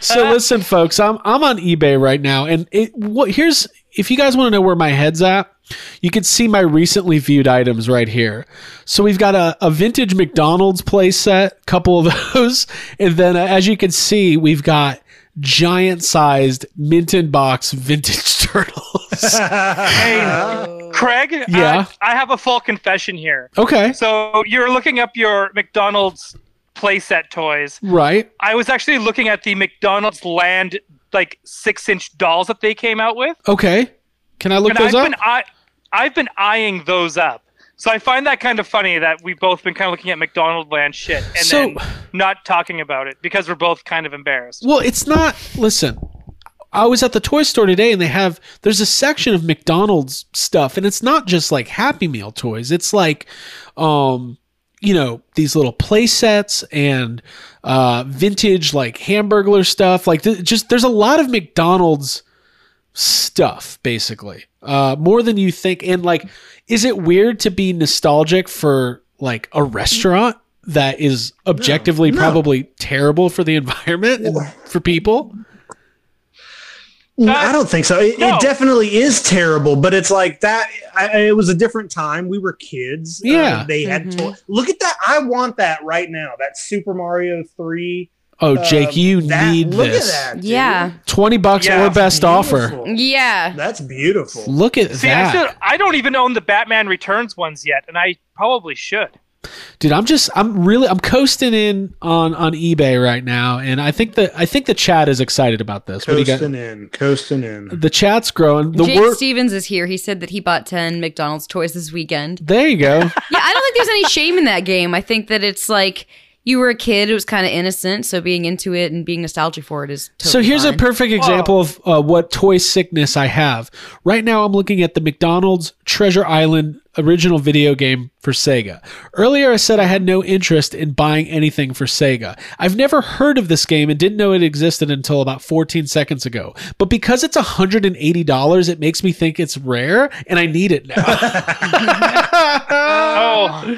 H: So listen, folks, I'm I'm on eBay right now, and it, what here's if you guys want to know where my head's at, you can see my recently viewed items right here. So we've got a, a vintage McDonald's playset, couple of those, and then uh, as you can see, we've got giant sized mint in box vintage turtles.
E: Uh,
F: Hey, Craig, I-
H: Yeah?
F: I have a full confession here.
H: okay,
F: So you're looking up your McDonald's playset toys.
H: right.
F: I was actually looking at the McDonald's Land like six inch dolls that they came out with,
H: Okay, can I look
F: and
H: those up?
F: I've been I, I've been eyeing those up. So I find that kind of funny that we've both been kind of looking at McDonald Land shit and
D: So-
F: then not talking about it because we're both kind of embarrassed.
H: Well, it's not. Listen, I was at the toy store today, and they have there's a section of McDonald's stuff, and it's not just like Happy Meal toys. It's like, um, you know, these little play sets and uh, vintage like Hamburglar stuff. Like, th- just there's a lot of McDonald's stuff, basically, uh, more than you think. And like, is it weird to be nostalgic for like a restaurant? That is objectively
G: no.
H: probably terrible for the environment and for people.
G: No, I don't think so. It,
F: no.
G: it definitely is terrible, but it's like that. I, I- it was a different time. We were kids. Uh,
H: Yeah.
G: they had. To, look at that. I want that right now. That Super Mario Three.
H: Oh,
G: um,
H: Jake, you
G: that-
H: need
G: look
H: this.
G: At that, dude.
E: Yeah.
H: Twenty bucks
F: Yeah.
H: or best offer.
G: Beautiful.
E: Yeah.
G: That's beautiful.
H: Look at
F: See, I,
H: that,
F: still, I don't even own the Batman Returns ones yet, and I probably should.
H: dude. I'm just, I'm really, I'm coasting in on on eBay right now, and I think the I think the chat is excited about this. What do you
G: Coasting in, coasting in.
H: got? The chat's growing. The
E: Jake
H: word.
E: Stevens is here. He said that he bought 10 McDonald's toys this weekend.
H: There you go.
E: Yeah, I don't think there's any shame in that game. I think that it's like you were a kid, it was kind of innocent, so being into it and being nostalgic for it is totally
H: so here's a
E: fine.
H: perfect example of uh, what toy sickness I have. Right now, I'm looking at the McDonald's Treasure Island original video game for Sega. Earlier, I said I had no interest in buying anything for Sega. I've never heard of this game and didn't know it existed until about 14 seconds ago. But because it's $180, it makes me think it's rare and I need it now.
F: Oh,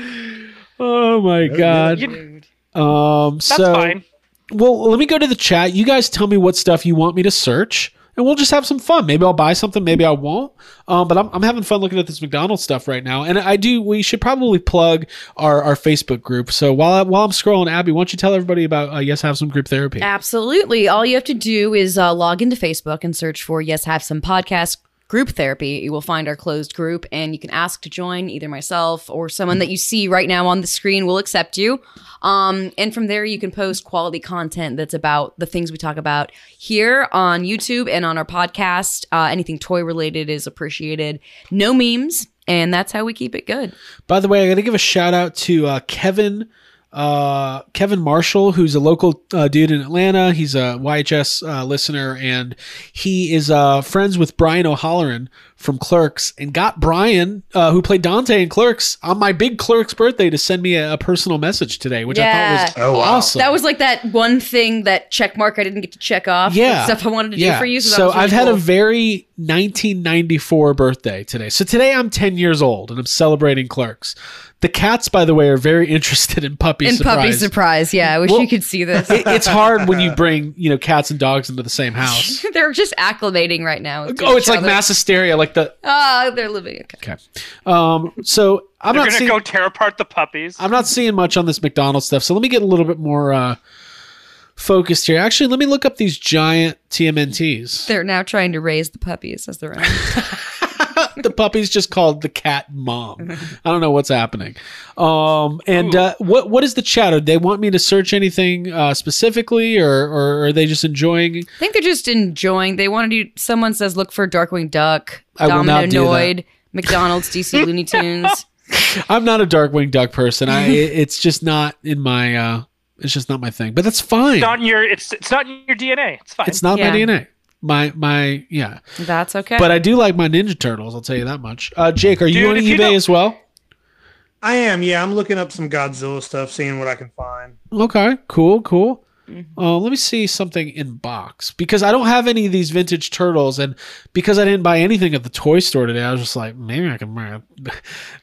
H: oh my god.
F: you-
H: Um,
F: that's
H: so
F: fine.
H: well, let me go to the chat. You guys tell me what stuff you want me to search, and we'll just have some fun. Maybe I'll buy something, maybe I won't. Um, but I'm, I'm having fun looking at this McDonald's stuff right now. And I do. We should probably plug our, our Facebook group. So while I, while I'm scrolling, Abby, why don't you tell everybody about uh, Yes Have Some Group Therapy?
E: Absolutely. All you have to do is uh, log into Facebook and search for Yes Have Some Podcast Group Therapy. You will find our closed group and you can ask to join either myself or someone that you see right now on the screen will accept you. Um, and from there, you can post quality content that's about the things we talk about here on YouTube and on our podcast. Uh, anything toy related is appreciated. No memes. And that's how we keep it good.
H: By the way, I got to give a shout out to uh, Kevin uh, Kevin Marshall, who's a local uh, dude in Atlanta. He's a YHS uh, listener, and he is uh, friends with Brian O'Halloran from Clerks, and got Brian, uh, who played Dante in Clerks, on my big Clerks birthday to send me a, a personal message today, which I thought was
E: Yeah.
G: Oh, wow.
H: awesome.
E: That was like that one thing that check mark I didn't get to check off.
H: Yeah.
E: Stuff I wanted to do for you. that
H: So
E: was really
H: I've had a
E: cool.
H: very 1994 birthday today. So today I'm 10 years old and I'm celebrating Clerks. The cats, by the way, are very interested in puppy
E: and
H: surprise.
E: puppy surprise. Yeah, I wish
H: Well-
E: you could see this.
H: It- it's hard when you bring you know cats and dogs into the same house.
E: they're just acclimating right now. to
H: oh, it's
E: each
H: like
E: other.
H: mass hysteria, like the
E: Ah, they're living. Okay.
H: okay. Um, so I'm
F: They're
H: not
F: gonna
H: seeing
F: go tear apart the puppies.
H: I'm not seeing much on this McDonald's stuff. So let me get a little bit more uh, focused here. Actually, let me look up these giant TMNTs.
E: They're now trying to raise the puppies as their own.
H: the puppy's just called the cat mom. I don't know what's happening. Um, and uh, what what is the chatter? They want me to search anything uh, specifically, or, or are they just enjoying?
E: I think they're just enjoying. They want to do. Someone says, "Look for Darkwing Duck,
H: I will not do
E: Dominoid, McDonald's, DC Looney Tunes."
H: I'm not a Darkwing Duck person. I it- it's just not in my uh it's just not my thing. But that's fine.
F: It's not in your. It's it's not in your DNA. It's fine.
H: it's not
E: Yeah.
H: my DNA. My my yeah.
E: That's okay.
H: But I do like my Ninja Turtles, I'll tell you that much. Uh Jake, are you
F: Dude,
H: on
F: if you
H: eBay
F: don't-
H: as well?
G: I am. Yeah, I'm looking up some Godzilla stuff, seeing what I can find.
H: Okay, cool, cool. Uh, let me see something in box because I don't have any of these vintage turtles, and because I didn't buy anything at the toy store today, I was just like, maybe I can, buy a-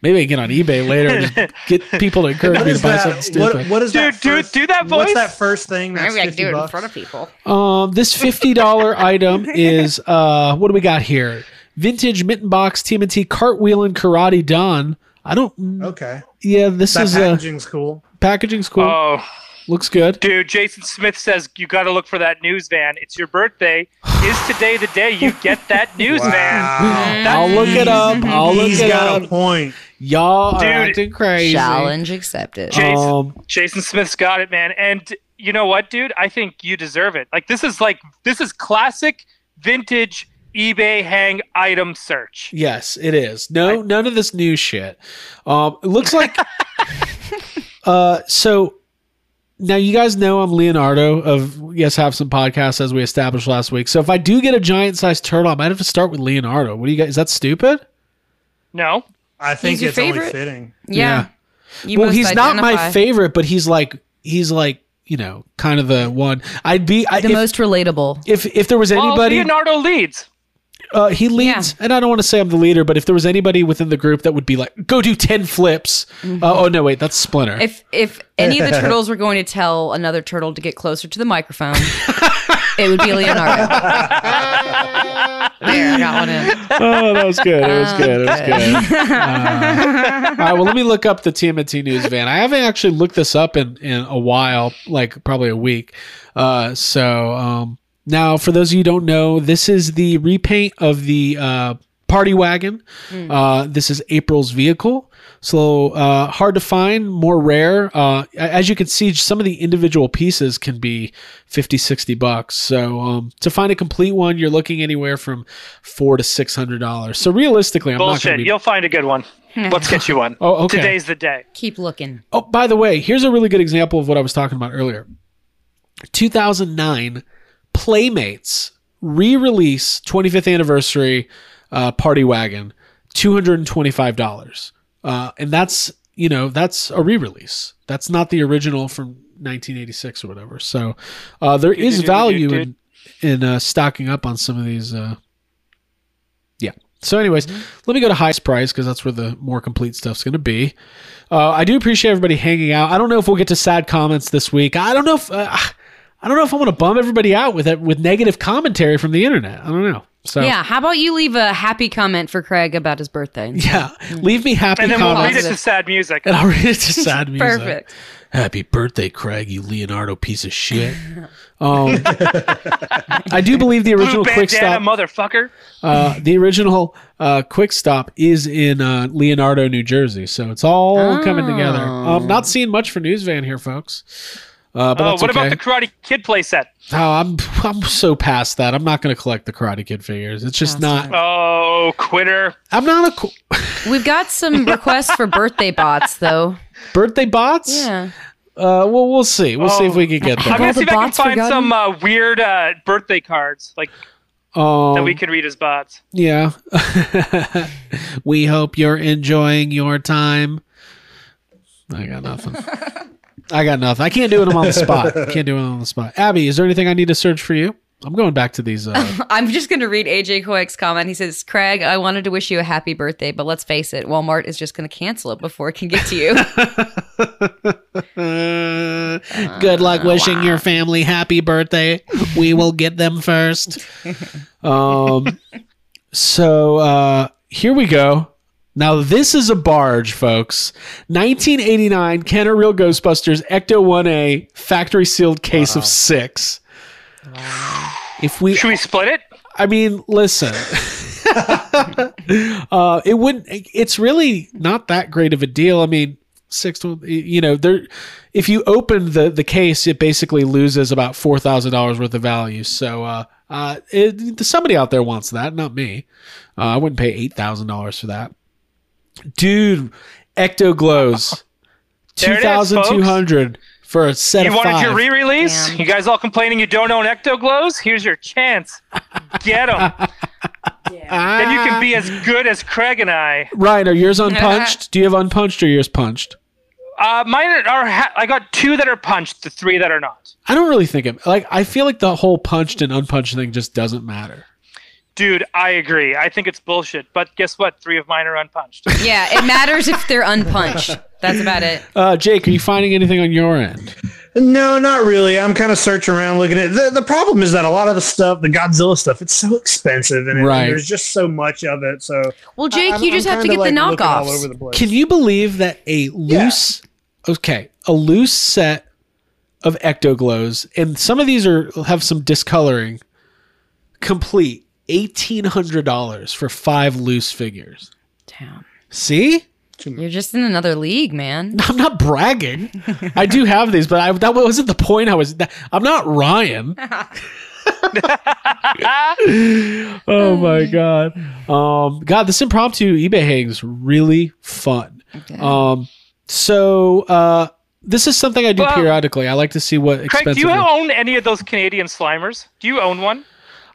H: maybe I can get on eBay later and just get people to encourage
G: What
H: me to
G: is
H: buy something
G: that?
H: stupid.
G: What, what is
F: Dude,
G: that?
F: dude,
G: first-
F: do that voice.
G: What's that first thing? That's
E: Maybe I can
G: 50
E: do it in
G: bucks?
E: front of people.
H: Um, this fifty dollar item is uh, what do we got here? Vintage mitten box TMNT cartwheel and karate don. I don't.
G: Okay,
H: Yeah, this
G: that
H: is uh,
G: packaging's cool.
H: packaging's cool.
F: Oh,
H: Looks good.
F: dude, Jason Smith says you got to look for that news van. It's your birthday. Is today the day you get that news van?
G: Wow.
H: I'll look it
F: Mm-hmm.
H: up. I'll look
G: He's
H: it
G: got
H: up.
G: a point.
H: Y'all are
F: Dude.
H: acting crazy.
E: Challenge accepted.
F: Jason,
H: Uh, Um,
F: Jason Smith's got it, man. And you know what, dude? I think you deserve it. Like this is like this is classic vintage eBay hang item search.
H: Yes, it is. No, none of this new shit. Um, it looks like. uh, so now you guys know I'm Leonardo of Yes Have Some Podcast, as we established last week. So if I do get a giant sized turtle, I might have to start with Leonardo. What do you guys? Is that stupid?
F: No,
G: I think
E: your
G: it's
E: favorite?
G: only fitting.
E: Yeah. You
H: well,
E: must
H: he's not my
E: identify.
H: favorite, but he's like he's like you know kind of the one. I'd be I,
E: The
H: if,
E: most relatable.
H: if if there was
F: well,
H: anybody.
F: Leonardo leads.
H: uh, he leads, and I don't want to say I'm the leader, but if there was anybody within the group that would be like, go do 10 flips.
G: Mm-hmm.
H: Uh, oh, no, wait, that's Splinter.
E: If if any of the turtles were going to tell another turtle to get closer to the microphone, it would be Leonardo. there, I got one in.
H: oh, that was good. It was
E: Oh,
H: good. It was good. Uh, all right, well, let me look up the TMNT news van. I haven't actually looked this up in, in a while, like probably a week. Uh, so um, now, for those of you who don't know, this is the repaint of the uh, party wagon. Uh, this is April's vehicle. So uh, hard to find, more rare. Uh, a- as you can see, some of the individual pieces can be 50, 60 bucks. So um, to find a complete one, you're looking anywhere from four to six hundred dollars. So realistically, I'm not going
F: Bullshit.
H: to be.
F: You'll find a good one. Let's get you one.
H: Oh, okay.
F: Today's the day.
E: Keep looking.
H: Oh, by the way, here's a really good example of what I was talking about earlier. 2009 Playmates re-release 25th anniversary uh, Party Wagon, two hundred and twenty-five dollars, uh, and that's you know that's a re-release. That's not the original from 1986 or whatever. So uh, there is value in in uh, stocking up on some of these. Uh, yeah. So, anyways, let me go to highest price because that's where the more complete stuff's going to be. Uh, I do appreciate everybody hanging out. I don't know if we'll get to sad comments this week. I don't know if uh, I don't know if I want to bum everybody out with it, with negative commentary from the internet. I don't know. So
E: Yeah, how about you leave a happy comment for Craig about his birthday?
H: yeah. leave me happy
F: And then we'll read
H: comments,
F: it to sad music.
H: and I'll read it to sad music.
E: Perfect.
D: Happy birthday, Craig, you Leonardo piece of shit.
H: Um, I do believe the
F: Blue
H: original
F: bandana,
H: quick stop.
F: motherfucker.
H: Uh, the original uh, Quick Stop is in uh, Leonardo, New Jersey, so it's all coming together.
D: Oh.
H: Um, not seeing much for News Van here, folks. Uh, but
F: Oh,
H: that's
F: what
H: okay.
F: about the Karate Kid playset?
H: oh, I'm I'm so past that. I'm not going to collect the Karate Kid figures. It's just not.
F: Oh, quitter.
H: I'm not a qu-
E: We've got some requests for birthday bots though.
H: birthday bots.
E: Yeah.
H: Uh, well, we'll see. We'll see if we can get
F: I'm
H: there.
F: gonna
E: the
F: see if I can
E: bots
F: find
E: forgotten?
F: some uh, weird uh, birthday cards like that
H: Um,
F: we could read as bots.
H: yeah. we hope you're enjoying your time. I got nothing. I got nothing. I can't do it I'm on the spot. I can't do it on the spot. Abby, is there anything I need to search for you? I'm going back to these. Uh,
E: I'm just going to read AJ Hoek's comment. He says, Craig, I wanted to wish you a happy birthday, but let's face it, Walmart is just going to cancel it before it can get to you.
H: good
F: Oh,
H: luck wishing your family happy birthday. We will get them first. Um, so uh, here we go. Now this is a barge, folks. 1989 Kenner Real Ghostbusters Ecto 1A factory sealed case of six. If we
F: Should we split it?
H: I mean, listen. uh, it wouldn't. It's really not that great of a deal. I mean, six to you know, there. If you open the the case, it basically loses about four thousand dollars worth of value. So, uh, uh, it, somebody out there wants that, not me. Uh, I wouldn't pay eight thousand dollars for that, dude. Ecto glows,
F: There
H: two
F: it is,
H: thousand two hundred for a set
F: You
H: of
F: wanted
H: five.
F: your re-release?
E: Damn.
F: You guys all complaining you don't own Ecto Glows? Here's your chance. Get them. Then you can be as good as Craig and I.
H: Ryan, are yours unpunched? Do you have unpunched or yours punched?
F: Uh, mine are. are ha- I got two that are punched, the three that are not.
H: I don't really think it. Like I feel like the whole punched and unpunched thing just doesn't matter.
F: Dude, I agree. I think it's bullshit. But guess what? Three of mine are unpunched.
E: yeah, it matters if they're unpunched. That's about it.
H: Uh, Jake, are you finding anything on your end?
G: No, not really. I'm kind of searching around looking at the the problem is that a lot of the stuff, the Godzilla stuff, it's so expensive and, it- and
H: Right.
G: there's just so much of it. So
E: Well, Jake,
G: I'm-
E: you just
G: I'm
E: have to get
G: kinda,
E: the
G: like, looking all over
E: knockoffs.
G: the place.
H: Can you believe that a loose, okay, a loose set of ectoglows, and some of these are have some discoloring, complete eighteen hundred dollars for five loose figures.
E: Damn.
H: See,
E: You're just in another league, man.
H: I'm not bragging. I do have these, but I, that wasn't the point. I was. That, I'm not Ryan. oh my god. Um, God, this impromptu eBay hang's really fun. Um, so uh, this is something I do
F: Well-
H: periodically. I like to see what
F: Craig,
H: expensive.
F: do you own any of those Canadian Slimers? Do you own one?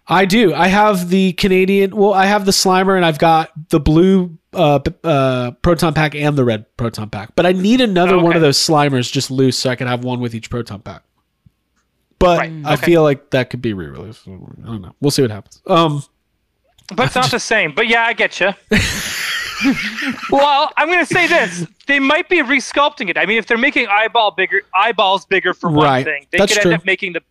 H: I do. I have the Canadian. Well, I have the Slimer, and I've got the blue uh, p- uh, proton pack and the red proton pack. But I need another
F: Oh,
H: one
F: okay.
H: of those Slimers just loose, so I can have one with each proton pack. But
F: Right,
H: I
F: okay.
H: feel like that could be re-released. I don't know. We'll see what happens. Um,
F: But it's not the same. But yeah, I get you. well, I'm gonna say this: they might be resculpting it. I mean, if they're making eyeball bigger, eyeballs bigger for one
H: Right.
F: thing, they
H: That's
F: could
H: true.
F: end up making the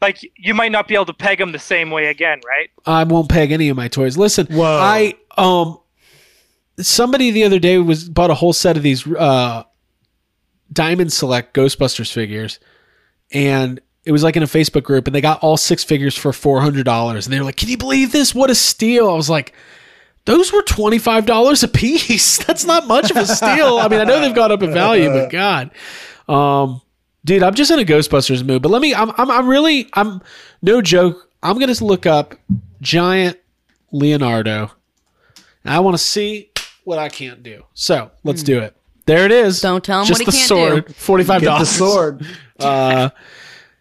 F: like you might not be able to peg them the same way again, right?
H: I won't peg any of my toys. Listen,
G: Whoa.
H: I um somebody the other day was bought a whole set of these uh Diamond Select Ghostbusters figures and it was like in a Facebook group and they got all six figures for $400 and they were like, "Can you believe this? What a steal." I was like, those were $25 a piece. That's not much of a steal. I mean, I know they've gone up in value, but god. Um dude i'm just in a ghostbusters mood but let me i'm i'm, I'm really i'm no joke i'm gonna look up giant leonardo and i want to see what i can't do so let's do it there it is
E: Don't tell him
H: just the
E: what he can't
H: sword
E: do.
H: 45
G: Get the
H: dollars
G: sword.
H: uh,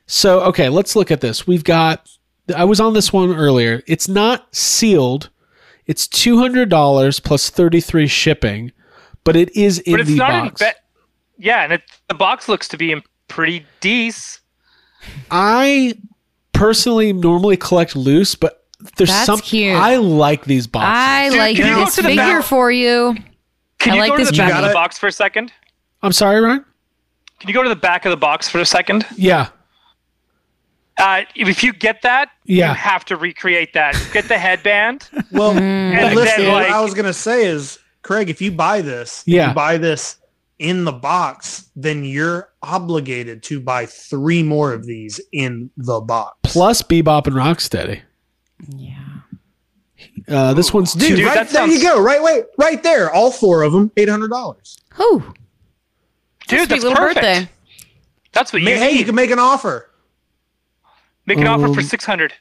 H: so okay, let's look at this. We've got. I was on this one earlier. It's not sealed. It's two hundred dollars plus thirty three shipping, but it is in
F: But it's
H: the
F: not
H: box.
F: in. Be- yeah, and it, the box looks to be in pretty decent.
H: I personally normally collect loose, but there's
E: That's
H: some.
E: cute.
H: I like these
E: I
H: boxes.
E: like
F: can you go
E: this
F: to the
E: figure
F: bathroom?
E: for you.
F: Can
E: I
F: you
E: like
F: go to
E: this
F: the back
G: Jimmy.
F: of the box for a second?
H: I- am sorry, Ryan.
F: Can you go to the back of the box for a second?
H: Yeah,
F: Uh, if you get that,
H: Yeah.
F: you have to recreate that. Get the headband.
G: Well,
F: And
G: listen,
F: then,
G: what
F: like-
G: I was gonna say is, Craig, if you buy this, if
H: Yeah.
G: you buy this in the box, then you're obligated to buy three more of these in the box.
H: plus Bebop and Rocksteady.
E: Yeah.
H: Uh, this one's
G: dude,
F: Dude,
G: right
F: that
G: there you
F: sounds-
G: go. Right, wait, right there. All four of them, eight hundred dollars.
E: Oh,
F: Dude, that's
E: little
F: perfect.
E: birthday.
F: That's what you
G: Hey, you
F: need.
G: can make an offer.
F: Make an offer for
H: Um,
F: 600.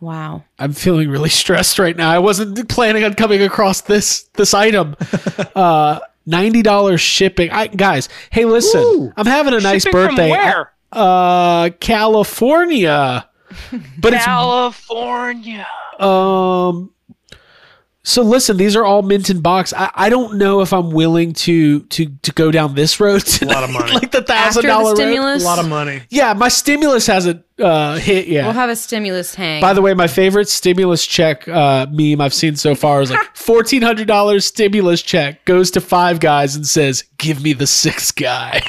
E: Wow.
H: I'm feeling really stressed right now. I wasn't planning on coming across this this item. Uh, Ninety dollars shipping. I, guys, hey, listen.
G: Ooh.
H: I'm having a nice
F: Shipping
H: birthday.
F: From where?
H: Uh, California, but it's
F: California.
H: um. So listen, these are all mint in box. I, I don't know if I'm willing to to to go down this road. Tonight.
G: lot of money.
H: like the
E: After
H: thousand
E: the
H: dollar road.
E: stimulus,
G: A lot of money.
H: Yeah, my stimulus hasn't uh, hit yet.
E: we'll have a stimulus hang.
H: By the way, my favorite stimulus check uh, meme I've seen so far is like fourteen hundred dollars stimulus check goes to five guys and says, "Give me the sixth guy."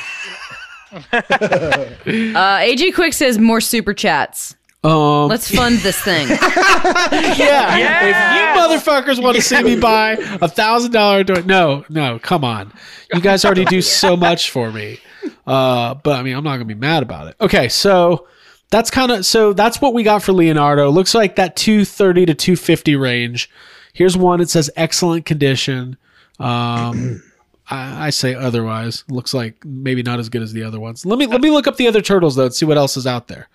E: uh, AG Quick says more super chats.
H: Um,
E: Let's fund this thing.
H: yeah,
F: Yes!
H: if you motherfuckers want to see me buy a thousand dollar door, no, no, come on, you guys already do so much for me. Uh, but I mean, I'm not gonna be mad about it. Okay, so that's kind of so that's what we got for Leonardo. Looks like that 230 to 250 range. Here's one. It says excellent condition. Um, I, I say otherwise. Looks like maybe not as good as the other ones. Let me let me look up the other turtles though and see what else is out there.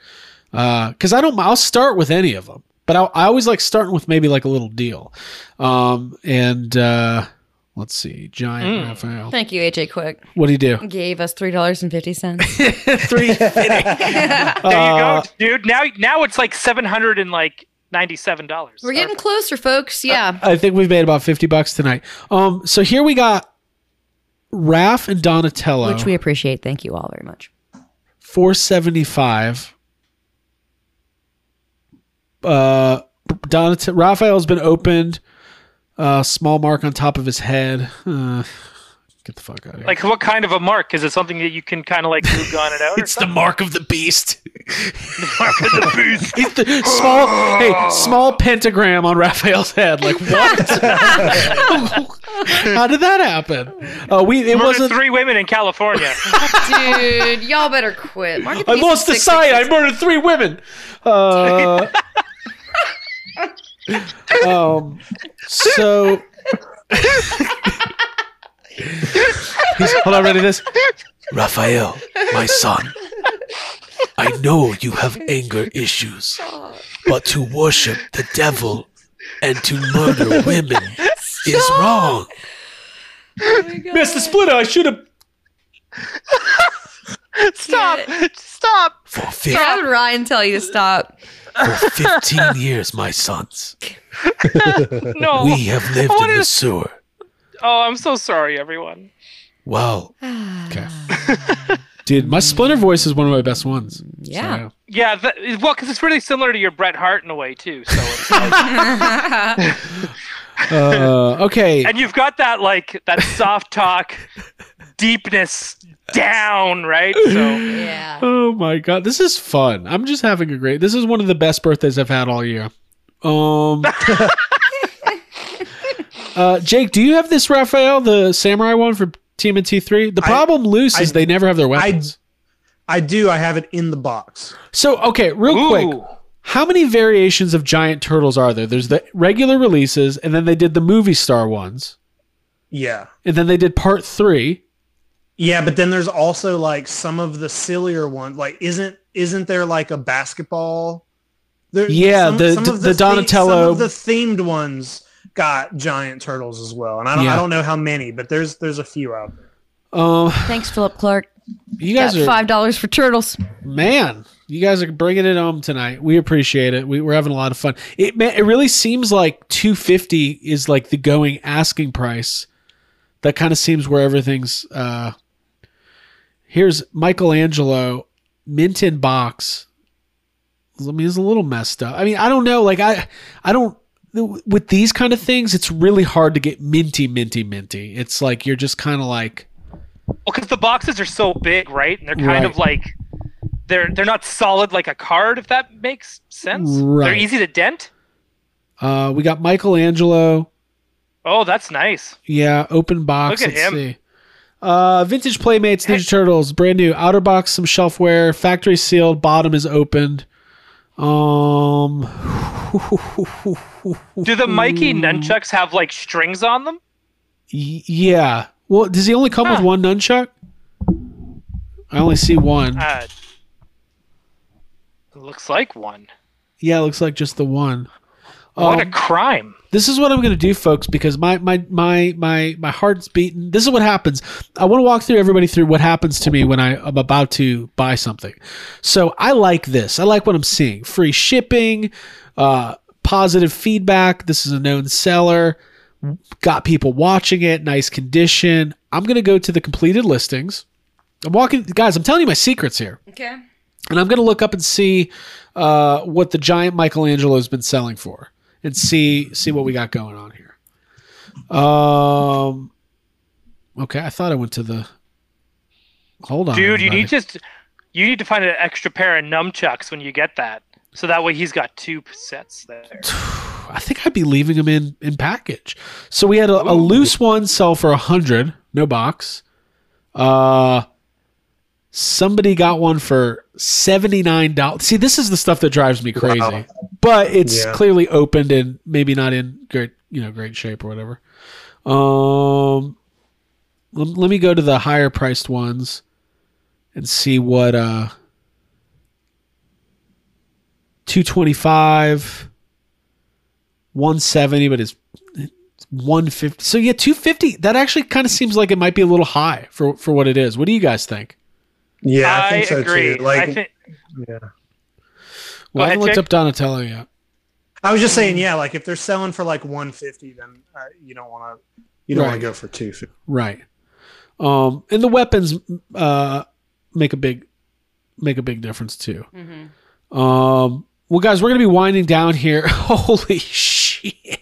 H: Because I don't. I'll start with any of them, but I, I always like starting with maybe like a little deal. Um, and uh, let's see, giant Raphael.
E: Thank you, AJ Quick.
H: What do you do?
E: Gave us three dollars and fifty cents.
H: Three.
F: There you
H: Uh,
F: go, dude. Now now it's like 700 and like $97.
E: We're getting closer, folks. Yeah.
H: I think we've made about fifty bucks tonight. Um, so here we got Raph and Donatello,
E: Which we appreciate. Thank you all very much.
H: four seventy five. Uh, Donat- Raphael's been opened. Uh, small mark on top of his head. Uh, get the fuck out of here.
F: Like what kind of a mark? Is it something that you can kind of like glue gun it out? or
H: It's the mark of the beast. He's the small, hey, small pentagram on Raphael's head. Like what? How did that happen? Uh, we it
F: Murdered
H: wasn't.
F: three women in California.
E: Dude, y'all better quit. Mark at
H: I
E: least
H: lost the
E: six
H: sight. I
E: sixes.
H: murdered three women. Uh, um, so. He's, hold on, ready this?
I: Raphael, my son, I know you have anger issues.
D: but to worship the devil and to murder women is wrong.
H: Oh Mr. Splitter, I should have.
F: Stop! Stop!
D: For,
E: How
D: fif-
E: would Ryan tell you to stop?
D: for 15 years, my sons,
G: Oh.
F: No.
D: we have lived
F: What
D: in the
F: is-
D: sewer.
F: Oh, I'm so sorry, everyone.
D: Wow.
H: Okay. Dude, my Splinter voice is one of my best ones. So,
E: Yeah.
F: Yeah, that, well, because it's really similar to your Bret Hart in a way too. So, it's like,
H: Uh, okay.
F: and you've got that like that soft talk deepness down, right? So,
E: yeah.
H: Oh my god, this is fun. I'm just having a great. This is one of the best birthdays I've had all year. Um. uh, Jake, do you have this Raphael, the samurai one for TMNT three? The problem, loose, is
G: I-
H: they never have their
G: I-
H: weapons.
G: I do. I have it in the box.
H: so okay, real quick,
F: ooh,
H: how many variations of giant turtles are there? There's the regular releases, and then they did the movie star ones,
G: Yeah.
H: and then they did part three.
G: Yeah, but then there's also like some of the sillier ones. Like, isn't isn't there like a basketball? There,
H: Yeah, the-
G: of
H: the
G: the the- some
H: Donatello-
G: of the themed ones got giant turtles as well, and I don't,
H: Yeah.
G: I don't know how many, but there's there's a few out there.
H: Um,
E: Thanks, Philip Clark.
H: you guys
E: Got
H: are
E: five dollars for turtles.
H: man you guys are bringing it home tonight we appreciate it we, we're having a lot of fun it man, it really seems like 250 is like the going asking price that kind of seems where everything's uh here's michelangelo mint in box i mean it's a little messed up i mean i don't know like i i don't with these kind of things it's really hard to get minty minty minty it's like you're just kind of like
F: because the boxes are so big, right? And they're kind
H: Right.
F: of like they're they're not solid like a card, if that makes sense. They're
H: Right.
F: easy to dent.
H: uh we got michelangelo
F: Oh, that's nice.
H: Yeah, open box.
F: Look at
H: Let's
F: him.
H: see. Uh, vintage Playmates, Ninja Turtles, brand new. Outer box, some shelfware, factory sealed, bottom is opened. Um,
F: Do the Mikey nunchucks have like strings on them?
H: y- yeah. Well, does he only come with
F: Huh.
H: one nunchuck? I only see one.
F: Uh, looks like one.
H: yeah, looks like just the one.
F: What a
G: Oh.
H: Um,
F: crime!
H: this is what I'm going to do, folks, because my my my my my heart's beating. This is what happens. I want to walk through everybody through what happens to me when I am about to buy something. So I like this. I like what I'm seeing. Free shipping, uh, positive feedback. This is a known seller. Got people watching it. Nice condition. I'm going to go to the completed listings. I'm walking, guys. I'm telling you my secrets here
E: Okay.
H: and I'm going to look up and see uh, what the giant Michelangelo has been selling for, and see see what we got going on here. Um, okay, I thought I went to the. Hold on,
F: Dude, you
H: everybody.
F: need just you need to find an extra pair of nunchucks when you get that, so that way he's got two sets there.
H: I think I'd be leaving them in in package. So we had a, a loose one sell for a hundred, no box. Uh, somebody got one for seventy nine dollars. See, this is the stuff that drives me crazy. But it's
G: Yeah.
H: clearly opened and maybe not in great you know great shape or whatever. Um, let, let me go to the higher priced ones and see what uh. 225 170 but it's it's 150 so yeah 250 that actually kind of seems like it might be a little high for for what it is what do you guys think
G: Yeah, I, think so
F: agree.
G: too. Like,
F: I think
H: well, i
F: ahead,
H: haven't looked
F: Jake.
H: up donatello yet
G: I was just saying, yeah, like if they're selling for like 150, then uh, you don't want to you don't
H: Right.
G: want to go for 250.
H: right um and the weapons uh make a big make a big difference too
F: Mm-hmm.
H: um well guys we're gonna be winding down here holy shit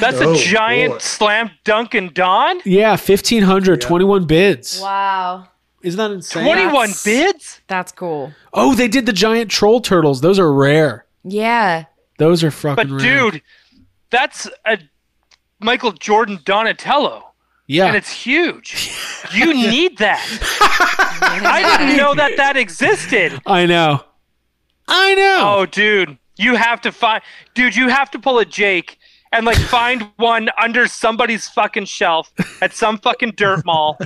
F: that's
G: Oh,
F: a giant
G: boy.
F: slam dunk and Don.
H: yeah 1500 21 bids
E: Wow.
H: isn't that insane
F: Twenty-one
E: That's-
F: bids.
E: That's cool.
H: oh they did the giant troll turtles those are rare
E: Yeah.
H: those are fucking
F: But
H: rare.
F: dude, that's a Michael Jordan Donatello,
H: yeah
F: and it's huge. You need that. I didn't know that that existed.
H: I know. I know.
F: Oh, dude, you have to find, dude, you have to pull a Jake and like find one under somebody's fucking shelf at some fucking dirt mall,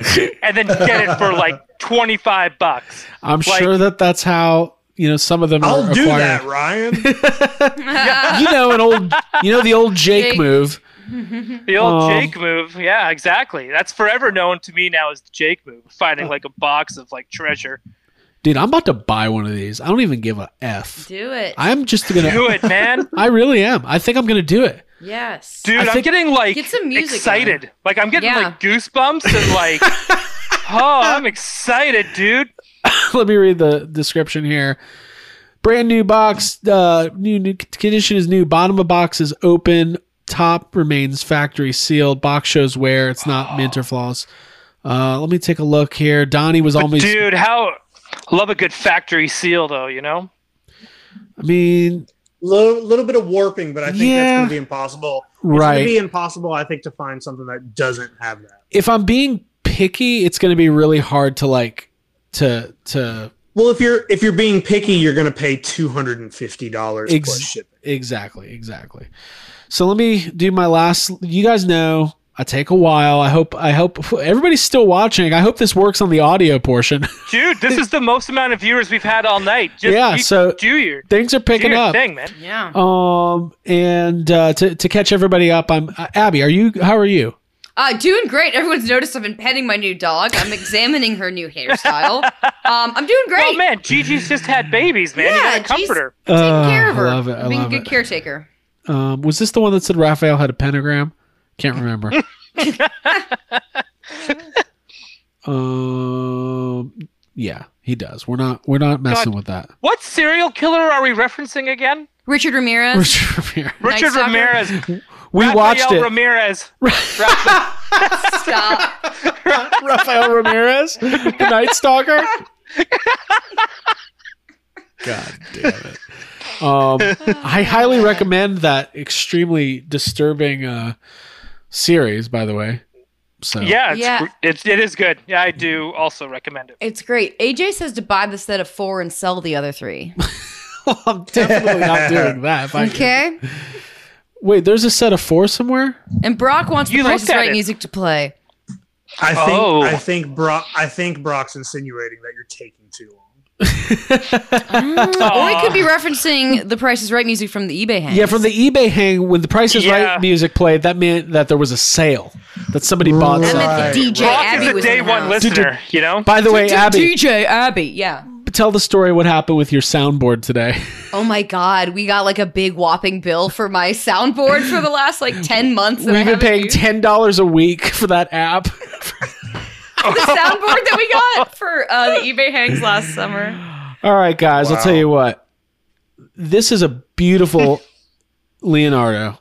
F: and then get it for like twenty five bucks.
H: I'm
F: like-
H: sure that that's how you know, some of them
G: I'll
H: are
G: do
H: acquired.
G: that, Ryan.
H: You know, an old, you know, the old Jake,
E: Jake.
H: move.
F: The old
H: Um,
F: Jake move. Yeah, exactly. That's forever known to me now as the Jake move. Finding like a box of like treasure.
H: Dude, I'm about to buy one of these. I don't even give a F.
E: Do it.
H: I'm just gonna.
F: Do it, man.
H: I really am. I think I'm gonna do it.
E: yes.
F: Dude, I'm
H: think-
F: getting like
E: Get some music
F: excited. Like I'm getting
E: Yeah.
F: like goosebumps and like Oh, I'm excited, dude.
H: Let me read the description here. Brand new box. Uh, new, new condition is new. Bottom of box is open. Top remains factory sealed. Box shows wear. It's not mint or flaws. Uh, let me take a look here. Donnie was always.
F: Dude, how love a good factory seal though, you know?
H: I mean,
G: little, little bit of warping, but I think that's
H: Yeah.
G: going to be impossible. It's
H: Right.
G: going to be impossible, I think, to find something that doesn't have that.
H: if I'm being picky, it's going to be really hard to like to to
G: Well, if you're if you're being picky, you're going to pay two hundred and fifty dollars plus
H: Ex-
G: shipping.
H: exactly exactly. So let me do my last. You guys know I take a while. I hope I hope everybody's still watching. I hope this works on the audio portion.
F: Dude, this is the most amount of viewers we've had all night. Just
H: Yeah,
F: you
H: so-
F: do your,
H: Things are
F: do
H: picking
F: your
H: up.
F: thing, man.
E: Yeah.
H: Um and uh, to to catch everybody up, I'm uh, Abby. Are you? How are you?
E: Uh, doing great. Everyone's noticed I've been petting my new dog. I'm examining her new hairstyle. Um, I'm doing great.
F: Oh man, Gigi's just had babies, man. you
E: Yeah,
F: gotta comfort
E: Gigi's-
F: her.
E: I'm taking
H: Oh,
E: care of her.
H: I love it. I
E: I'm being
H: love
E: a good
H: it.
E: caretaker.
H: Um, was this the one that said Raphael had a pentagram? Can't remember. um, yeah, he does. We're not we're not messing
F: God.
H: with that.
F: What serial killer are we referencing again?
E: Richard Ramirez. Night
F: Richard
E: Stalker?
F: Ramirez.
H: we
F: Raphael
H: watched it.
F: Ramirez.
E: Stop.
H: Raphael Ramirez, the Night Stalker. God damn it. Um, I highly recommend that extremely disturbing uh, series. By the way, so
F: Yeah, it's,
E: Yeah.
F: gr- it's it is good. Yeah, I do also recommend it.
E: It's great. AJ says to buy the set of four and sell the other three.
H: I'm definitely not doing that. if I can.
E: Okay.
H: Wait, there's a set of four somewhere.
E: And Brock wants
F: You
E: the Price
F: looked
E: is
F: at
E: Right
F: it.
E: music to play.
G: I think
F: Oh.
G: I think Brock I think Brock's insinuating that you're taking too long.
E: Or it could be referencing the Price is Right music from the eBay hang.
H: Yeah, from the eBay hang when the Price is
F: Yeah.
H: Right music played, that meant that there was a sale that somebody bought.
G: That
E: I
H: something.
G: Right.
E: meant the DJ
F: Brock
E: Abby
F: is a
E: was
F: day
E: in the
F: one
E: house.
F: listener, you know.
H: By the way, Abby,
E: DJ Abby, yeah.
H: tell the story what happened with your soundboard today.
E: Oh my God, we got like a big whopping bill for my soundboard for the last like ten months. that I
H: We've been
E: haven't
H: paying
E: used.
H: ten dollars a week for that app.
E: the soundboard that we got for uh, the eBay hangs last summer.
H: All right, guys, I'll tell you what. This is a beautiful Leonardo,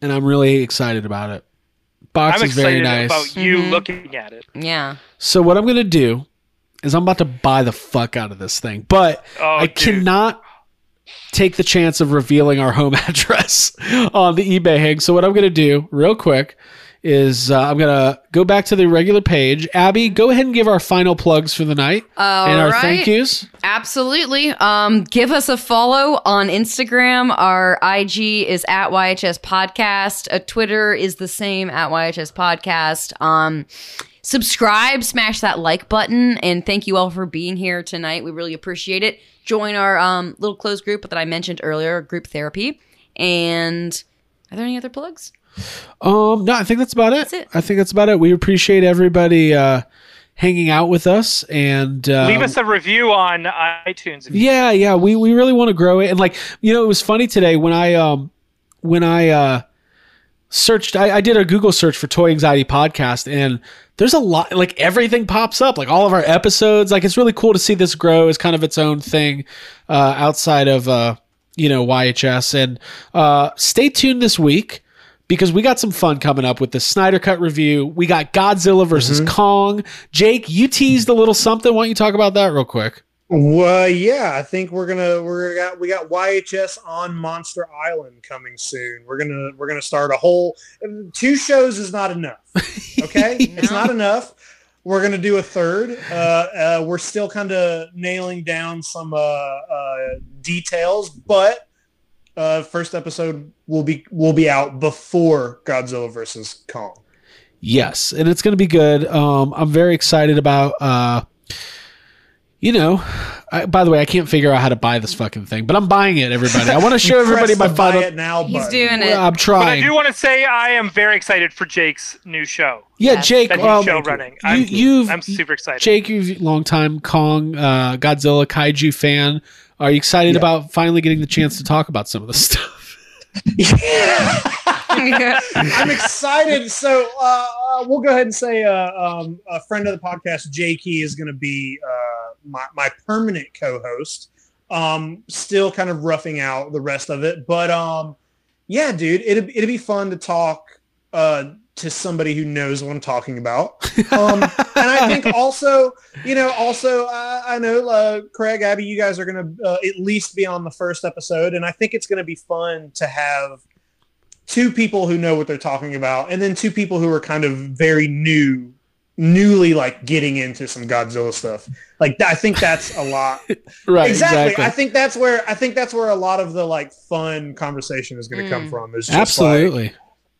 H: and I'm really excited about it. Box
F: I'm
H: is very
F: excited
H: nice.
F: about you looking at it.
E: Yeah,
H: So what I'm gonna do is I'm about to buy the fuck out of this thing, but
F: Oh,
H: I
F: dude.
H: cannot take the chance of revealing our home address on the eBay hang. So what I'm gonna do, real quick, is uh, I'm gonna go back to the regular page. Abby, go ahead and give our final plugs for the night and our
E: right.
H: thank yous.
E: absolutely. Um, give us a follow on Instagram. Our IG is at YHS Podcast. A Twitter is the same at YHS Podcast. Um, subscribe, smash that like button, and thank you all for being here tonight. We really appreciate it. Join our um, little closed group that I mentioned earlier, group therapy. And are there any other plugs?
H: Um, no, I think that's about it.
E: That's it.
H: I think that's about it. We appreciate everybody uh, hanging out with us and uh,
F: Leave us a review on iTunes. If you
H: Yeah, yeah, we we really want to grow it, and like you know, it was funny today when I um when I uh searched, I, I did a Google search for Toy Anxiety Podcast, and there's a lot like everything pops up, like all of our episodes. Like it's really cool to see this grow as kind of its own thing uh, outside of uh you know YHS, and uh, stay tuned this week because we got some fun coming up with the Snyder Cut review. We got Godzilla versus Kong. Jake, you teased a little something. Why don't you talk about that real quick?
G: Well, yeah, I think we're gonna we're gonna got we got YHS on Monster Island coming soon. We're gonna we're gonna start a whole two shows is not enough. Okay, it's not enough. We're gonna do a third. Uh, uh, we're still kind of nailing down some uh, uh, details, but uh, first episode will be will be out before Godzilla versus Kong.
H: Yes, and it's going to be good. Um, I'm very excited about, uh, you know,
D: I, by the way, I can't figure out how to buy this fucking thing, but I'm buying it, everybody. I want to show everybody
G: Press
D: my
G: the buy
D: final.
G: it now
E: He's
G: button.
E: doing it.
D: Well, I'm
F: But I
D: trying.
F: do want to say I am very excited for Jake's new show.
D: yeah,
E: Yes.
D: Jake.
F: That new
D: um,
F: show running.
D: you,
F: I'm,
D: you've
F: I'm super excited.
D: Jake, you've long time Kong, uh, Godzilla, kaiju fan. Are you excited about finally getting the chance to talk about some of this stuff?
G: I'm excited. So uh, uh, we'll go ahead and say uh, um, a friend of the podcast, Jakey, is going to be uh, my, my permanent co-host. Um, still kind of roughing out the rest of it, but um, yeah, dude, it'd it'd be fun to talk uh, to somebody who knows what I'm talking about. Um, and I think also, you know, also I, I know uh, Craig, Abby, you guys are going to uh, at least be on the first episode, and I think it's going to be fun to have two people who know what they're talking about and then two people who are kind of very new newly like getting into some godzilla stuff like i think that's a lot
D: right,
G: exactly.
D: exactly.
G: i think that's where i think that's where a lot of the like fun conversation is going to come from is just
D: Absolutely.
G: like,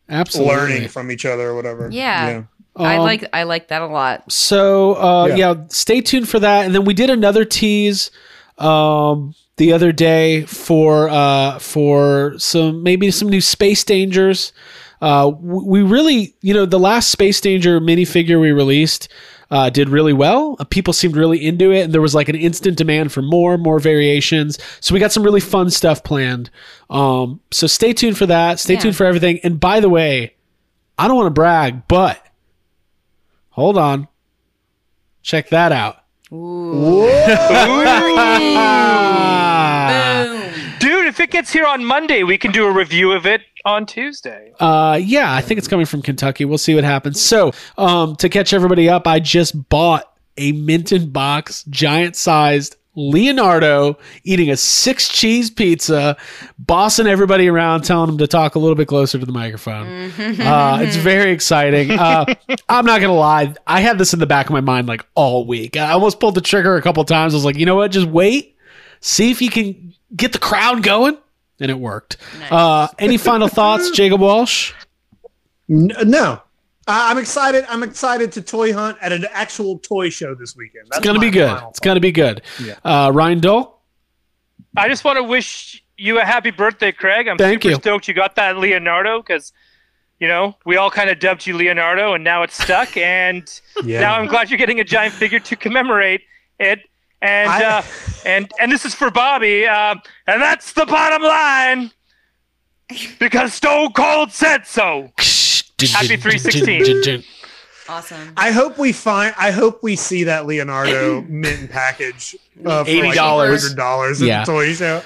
D: Absolutely.
G: learning from each other or whatever
E: Yeah. I
D: Um,
E: like I like that a lot.
D: So uh, yeah.
G: Yeah.
D: stay tuned for that. And then we did another tease um, the other day for uh, for some maybe some new space dangers. Uh, w- we really, you know, the last Space Danger minifigure we released uh, did really well. Uh, people seemed really into it, and there was like an instant demand for more, more variations. So we got some really fun stuff planned. Um, so stay tuned for that. Stay
E: Yeah.
D: tuned for everything. And by the way, I don't want to brag, but hold on. Check that out.
F: Dude, if it gets here on Monday, we can do a review of it on Tuesday.
D: Uh, yeah, I think it's coming from Kentucky. We'll see what happens. So, um, to catch everybody up, I just bought a mint in box, giant sized Leonardo eating a six cheese pizza, bossing everybody around, telling them to talk a little bit closer to the microphone. Uh, it's very exciting. Uh, I'm not gonna lie, I had this in the back of my mind like all week. I almost pulled the trigger a couple times. I was like, you know what, just wait, see if you can get the crowd going, and it worked. Uh, any final thoughts, Jacob Walsh?
G: yeah N- no I- i'm excited i'm excited to toy hunt at an actual toy show this weekend
D: It's gonna be good. It's gonna be good. Uh, Ryan Dole,
F: I just want to wish you a happy birthday, Craig. I'm
D: Thank
F: super
D: you.
F: stoked you got that Leonardo because, you know, we all kind of dubbed you Leonardo and now it's stuck. And
G: Yeah.
F: now I'm glad you're getting a giant figure to commemorate it. And
G: I-
F: uh, and and this is for Bobby. Um, and that's the bottom line because Stone Cold said so.
H: Happy
F: 316.
E: Awesome.
G: I hope we find. I hope we see that Leonardo mint package. Uh, for like
D: $80.
G: $100 at
D: Yeah.
G: the toy show.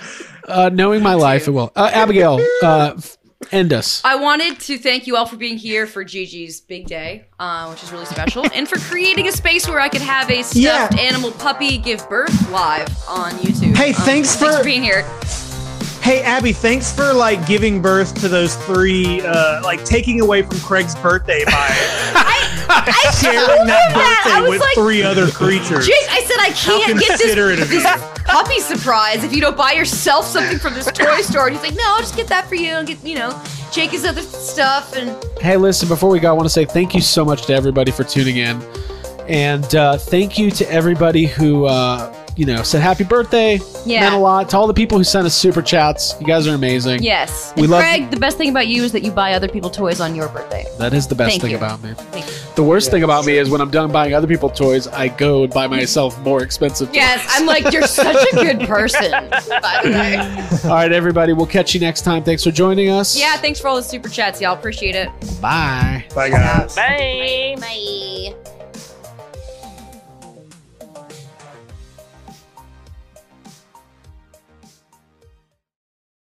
D: Uh, knowing my life, it will. Uh, Abigail, uh, f- end us.
E: I wanted to thank you all for being here for Gigi's big day, uh, which is really special, and for creating a space where I could have a stuffed
G: Yeah.
E: animal puppy give birth live on YouTube.
G: Hey,
E: thanks
G: thanks for-
E: for being here.
G: Hey Abby, thanks for like giving birth to those three, uh, like taking away from Craig's birthday by
E: I
G: sharing that
E: I
G: birthday
E: was
G: with
E: like,
G: three other creatures.
E: Jake, I said I can't get
G: considerate
E: this,
G: of
E: this
G: you.
E: puppy surprise if you don't buy yourself something from this toy store. And he's like, no, I'll just get that for you and get, you know, Jake his other stuff. And
D: Hey, listen, before we go, I want to say thank you so much to everybody for tuning in. And uh, thank you to everybody who, uh, you know, said happy birthday.
E: Yeah.
D: Meant a lot. To all the people who sent us super chats. You guys are amazing.
E: yes.
D: We
E: and
D: love-
E: Craig, the best thing about you is that you buy other people toys on your birthday.
D: That is the best
E: Thank
D: thing
E: you.
D: about me.
E: Thank you.
D: The worst thing about me is when I'm done buying other people toys, I go and buy myself more expensive toys.
E: Yes, I'm like, you're such a good person. By the way.
D: All right, everybody. We'll catch you next time. Thanks for joining us.
E: Yeah, thanks for all the super chats, y'all. Appreciate it.
D: Bye.
G: Bye guys.
F: Bye.
E: Bye.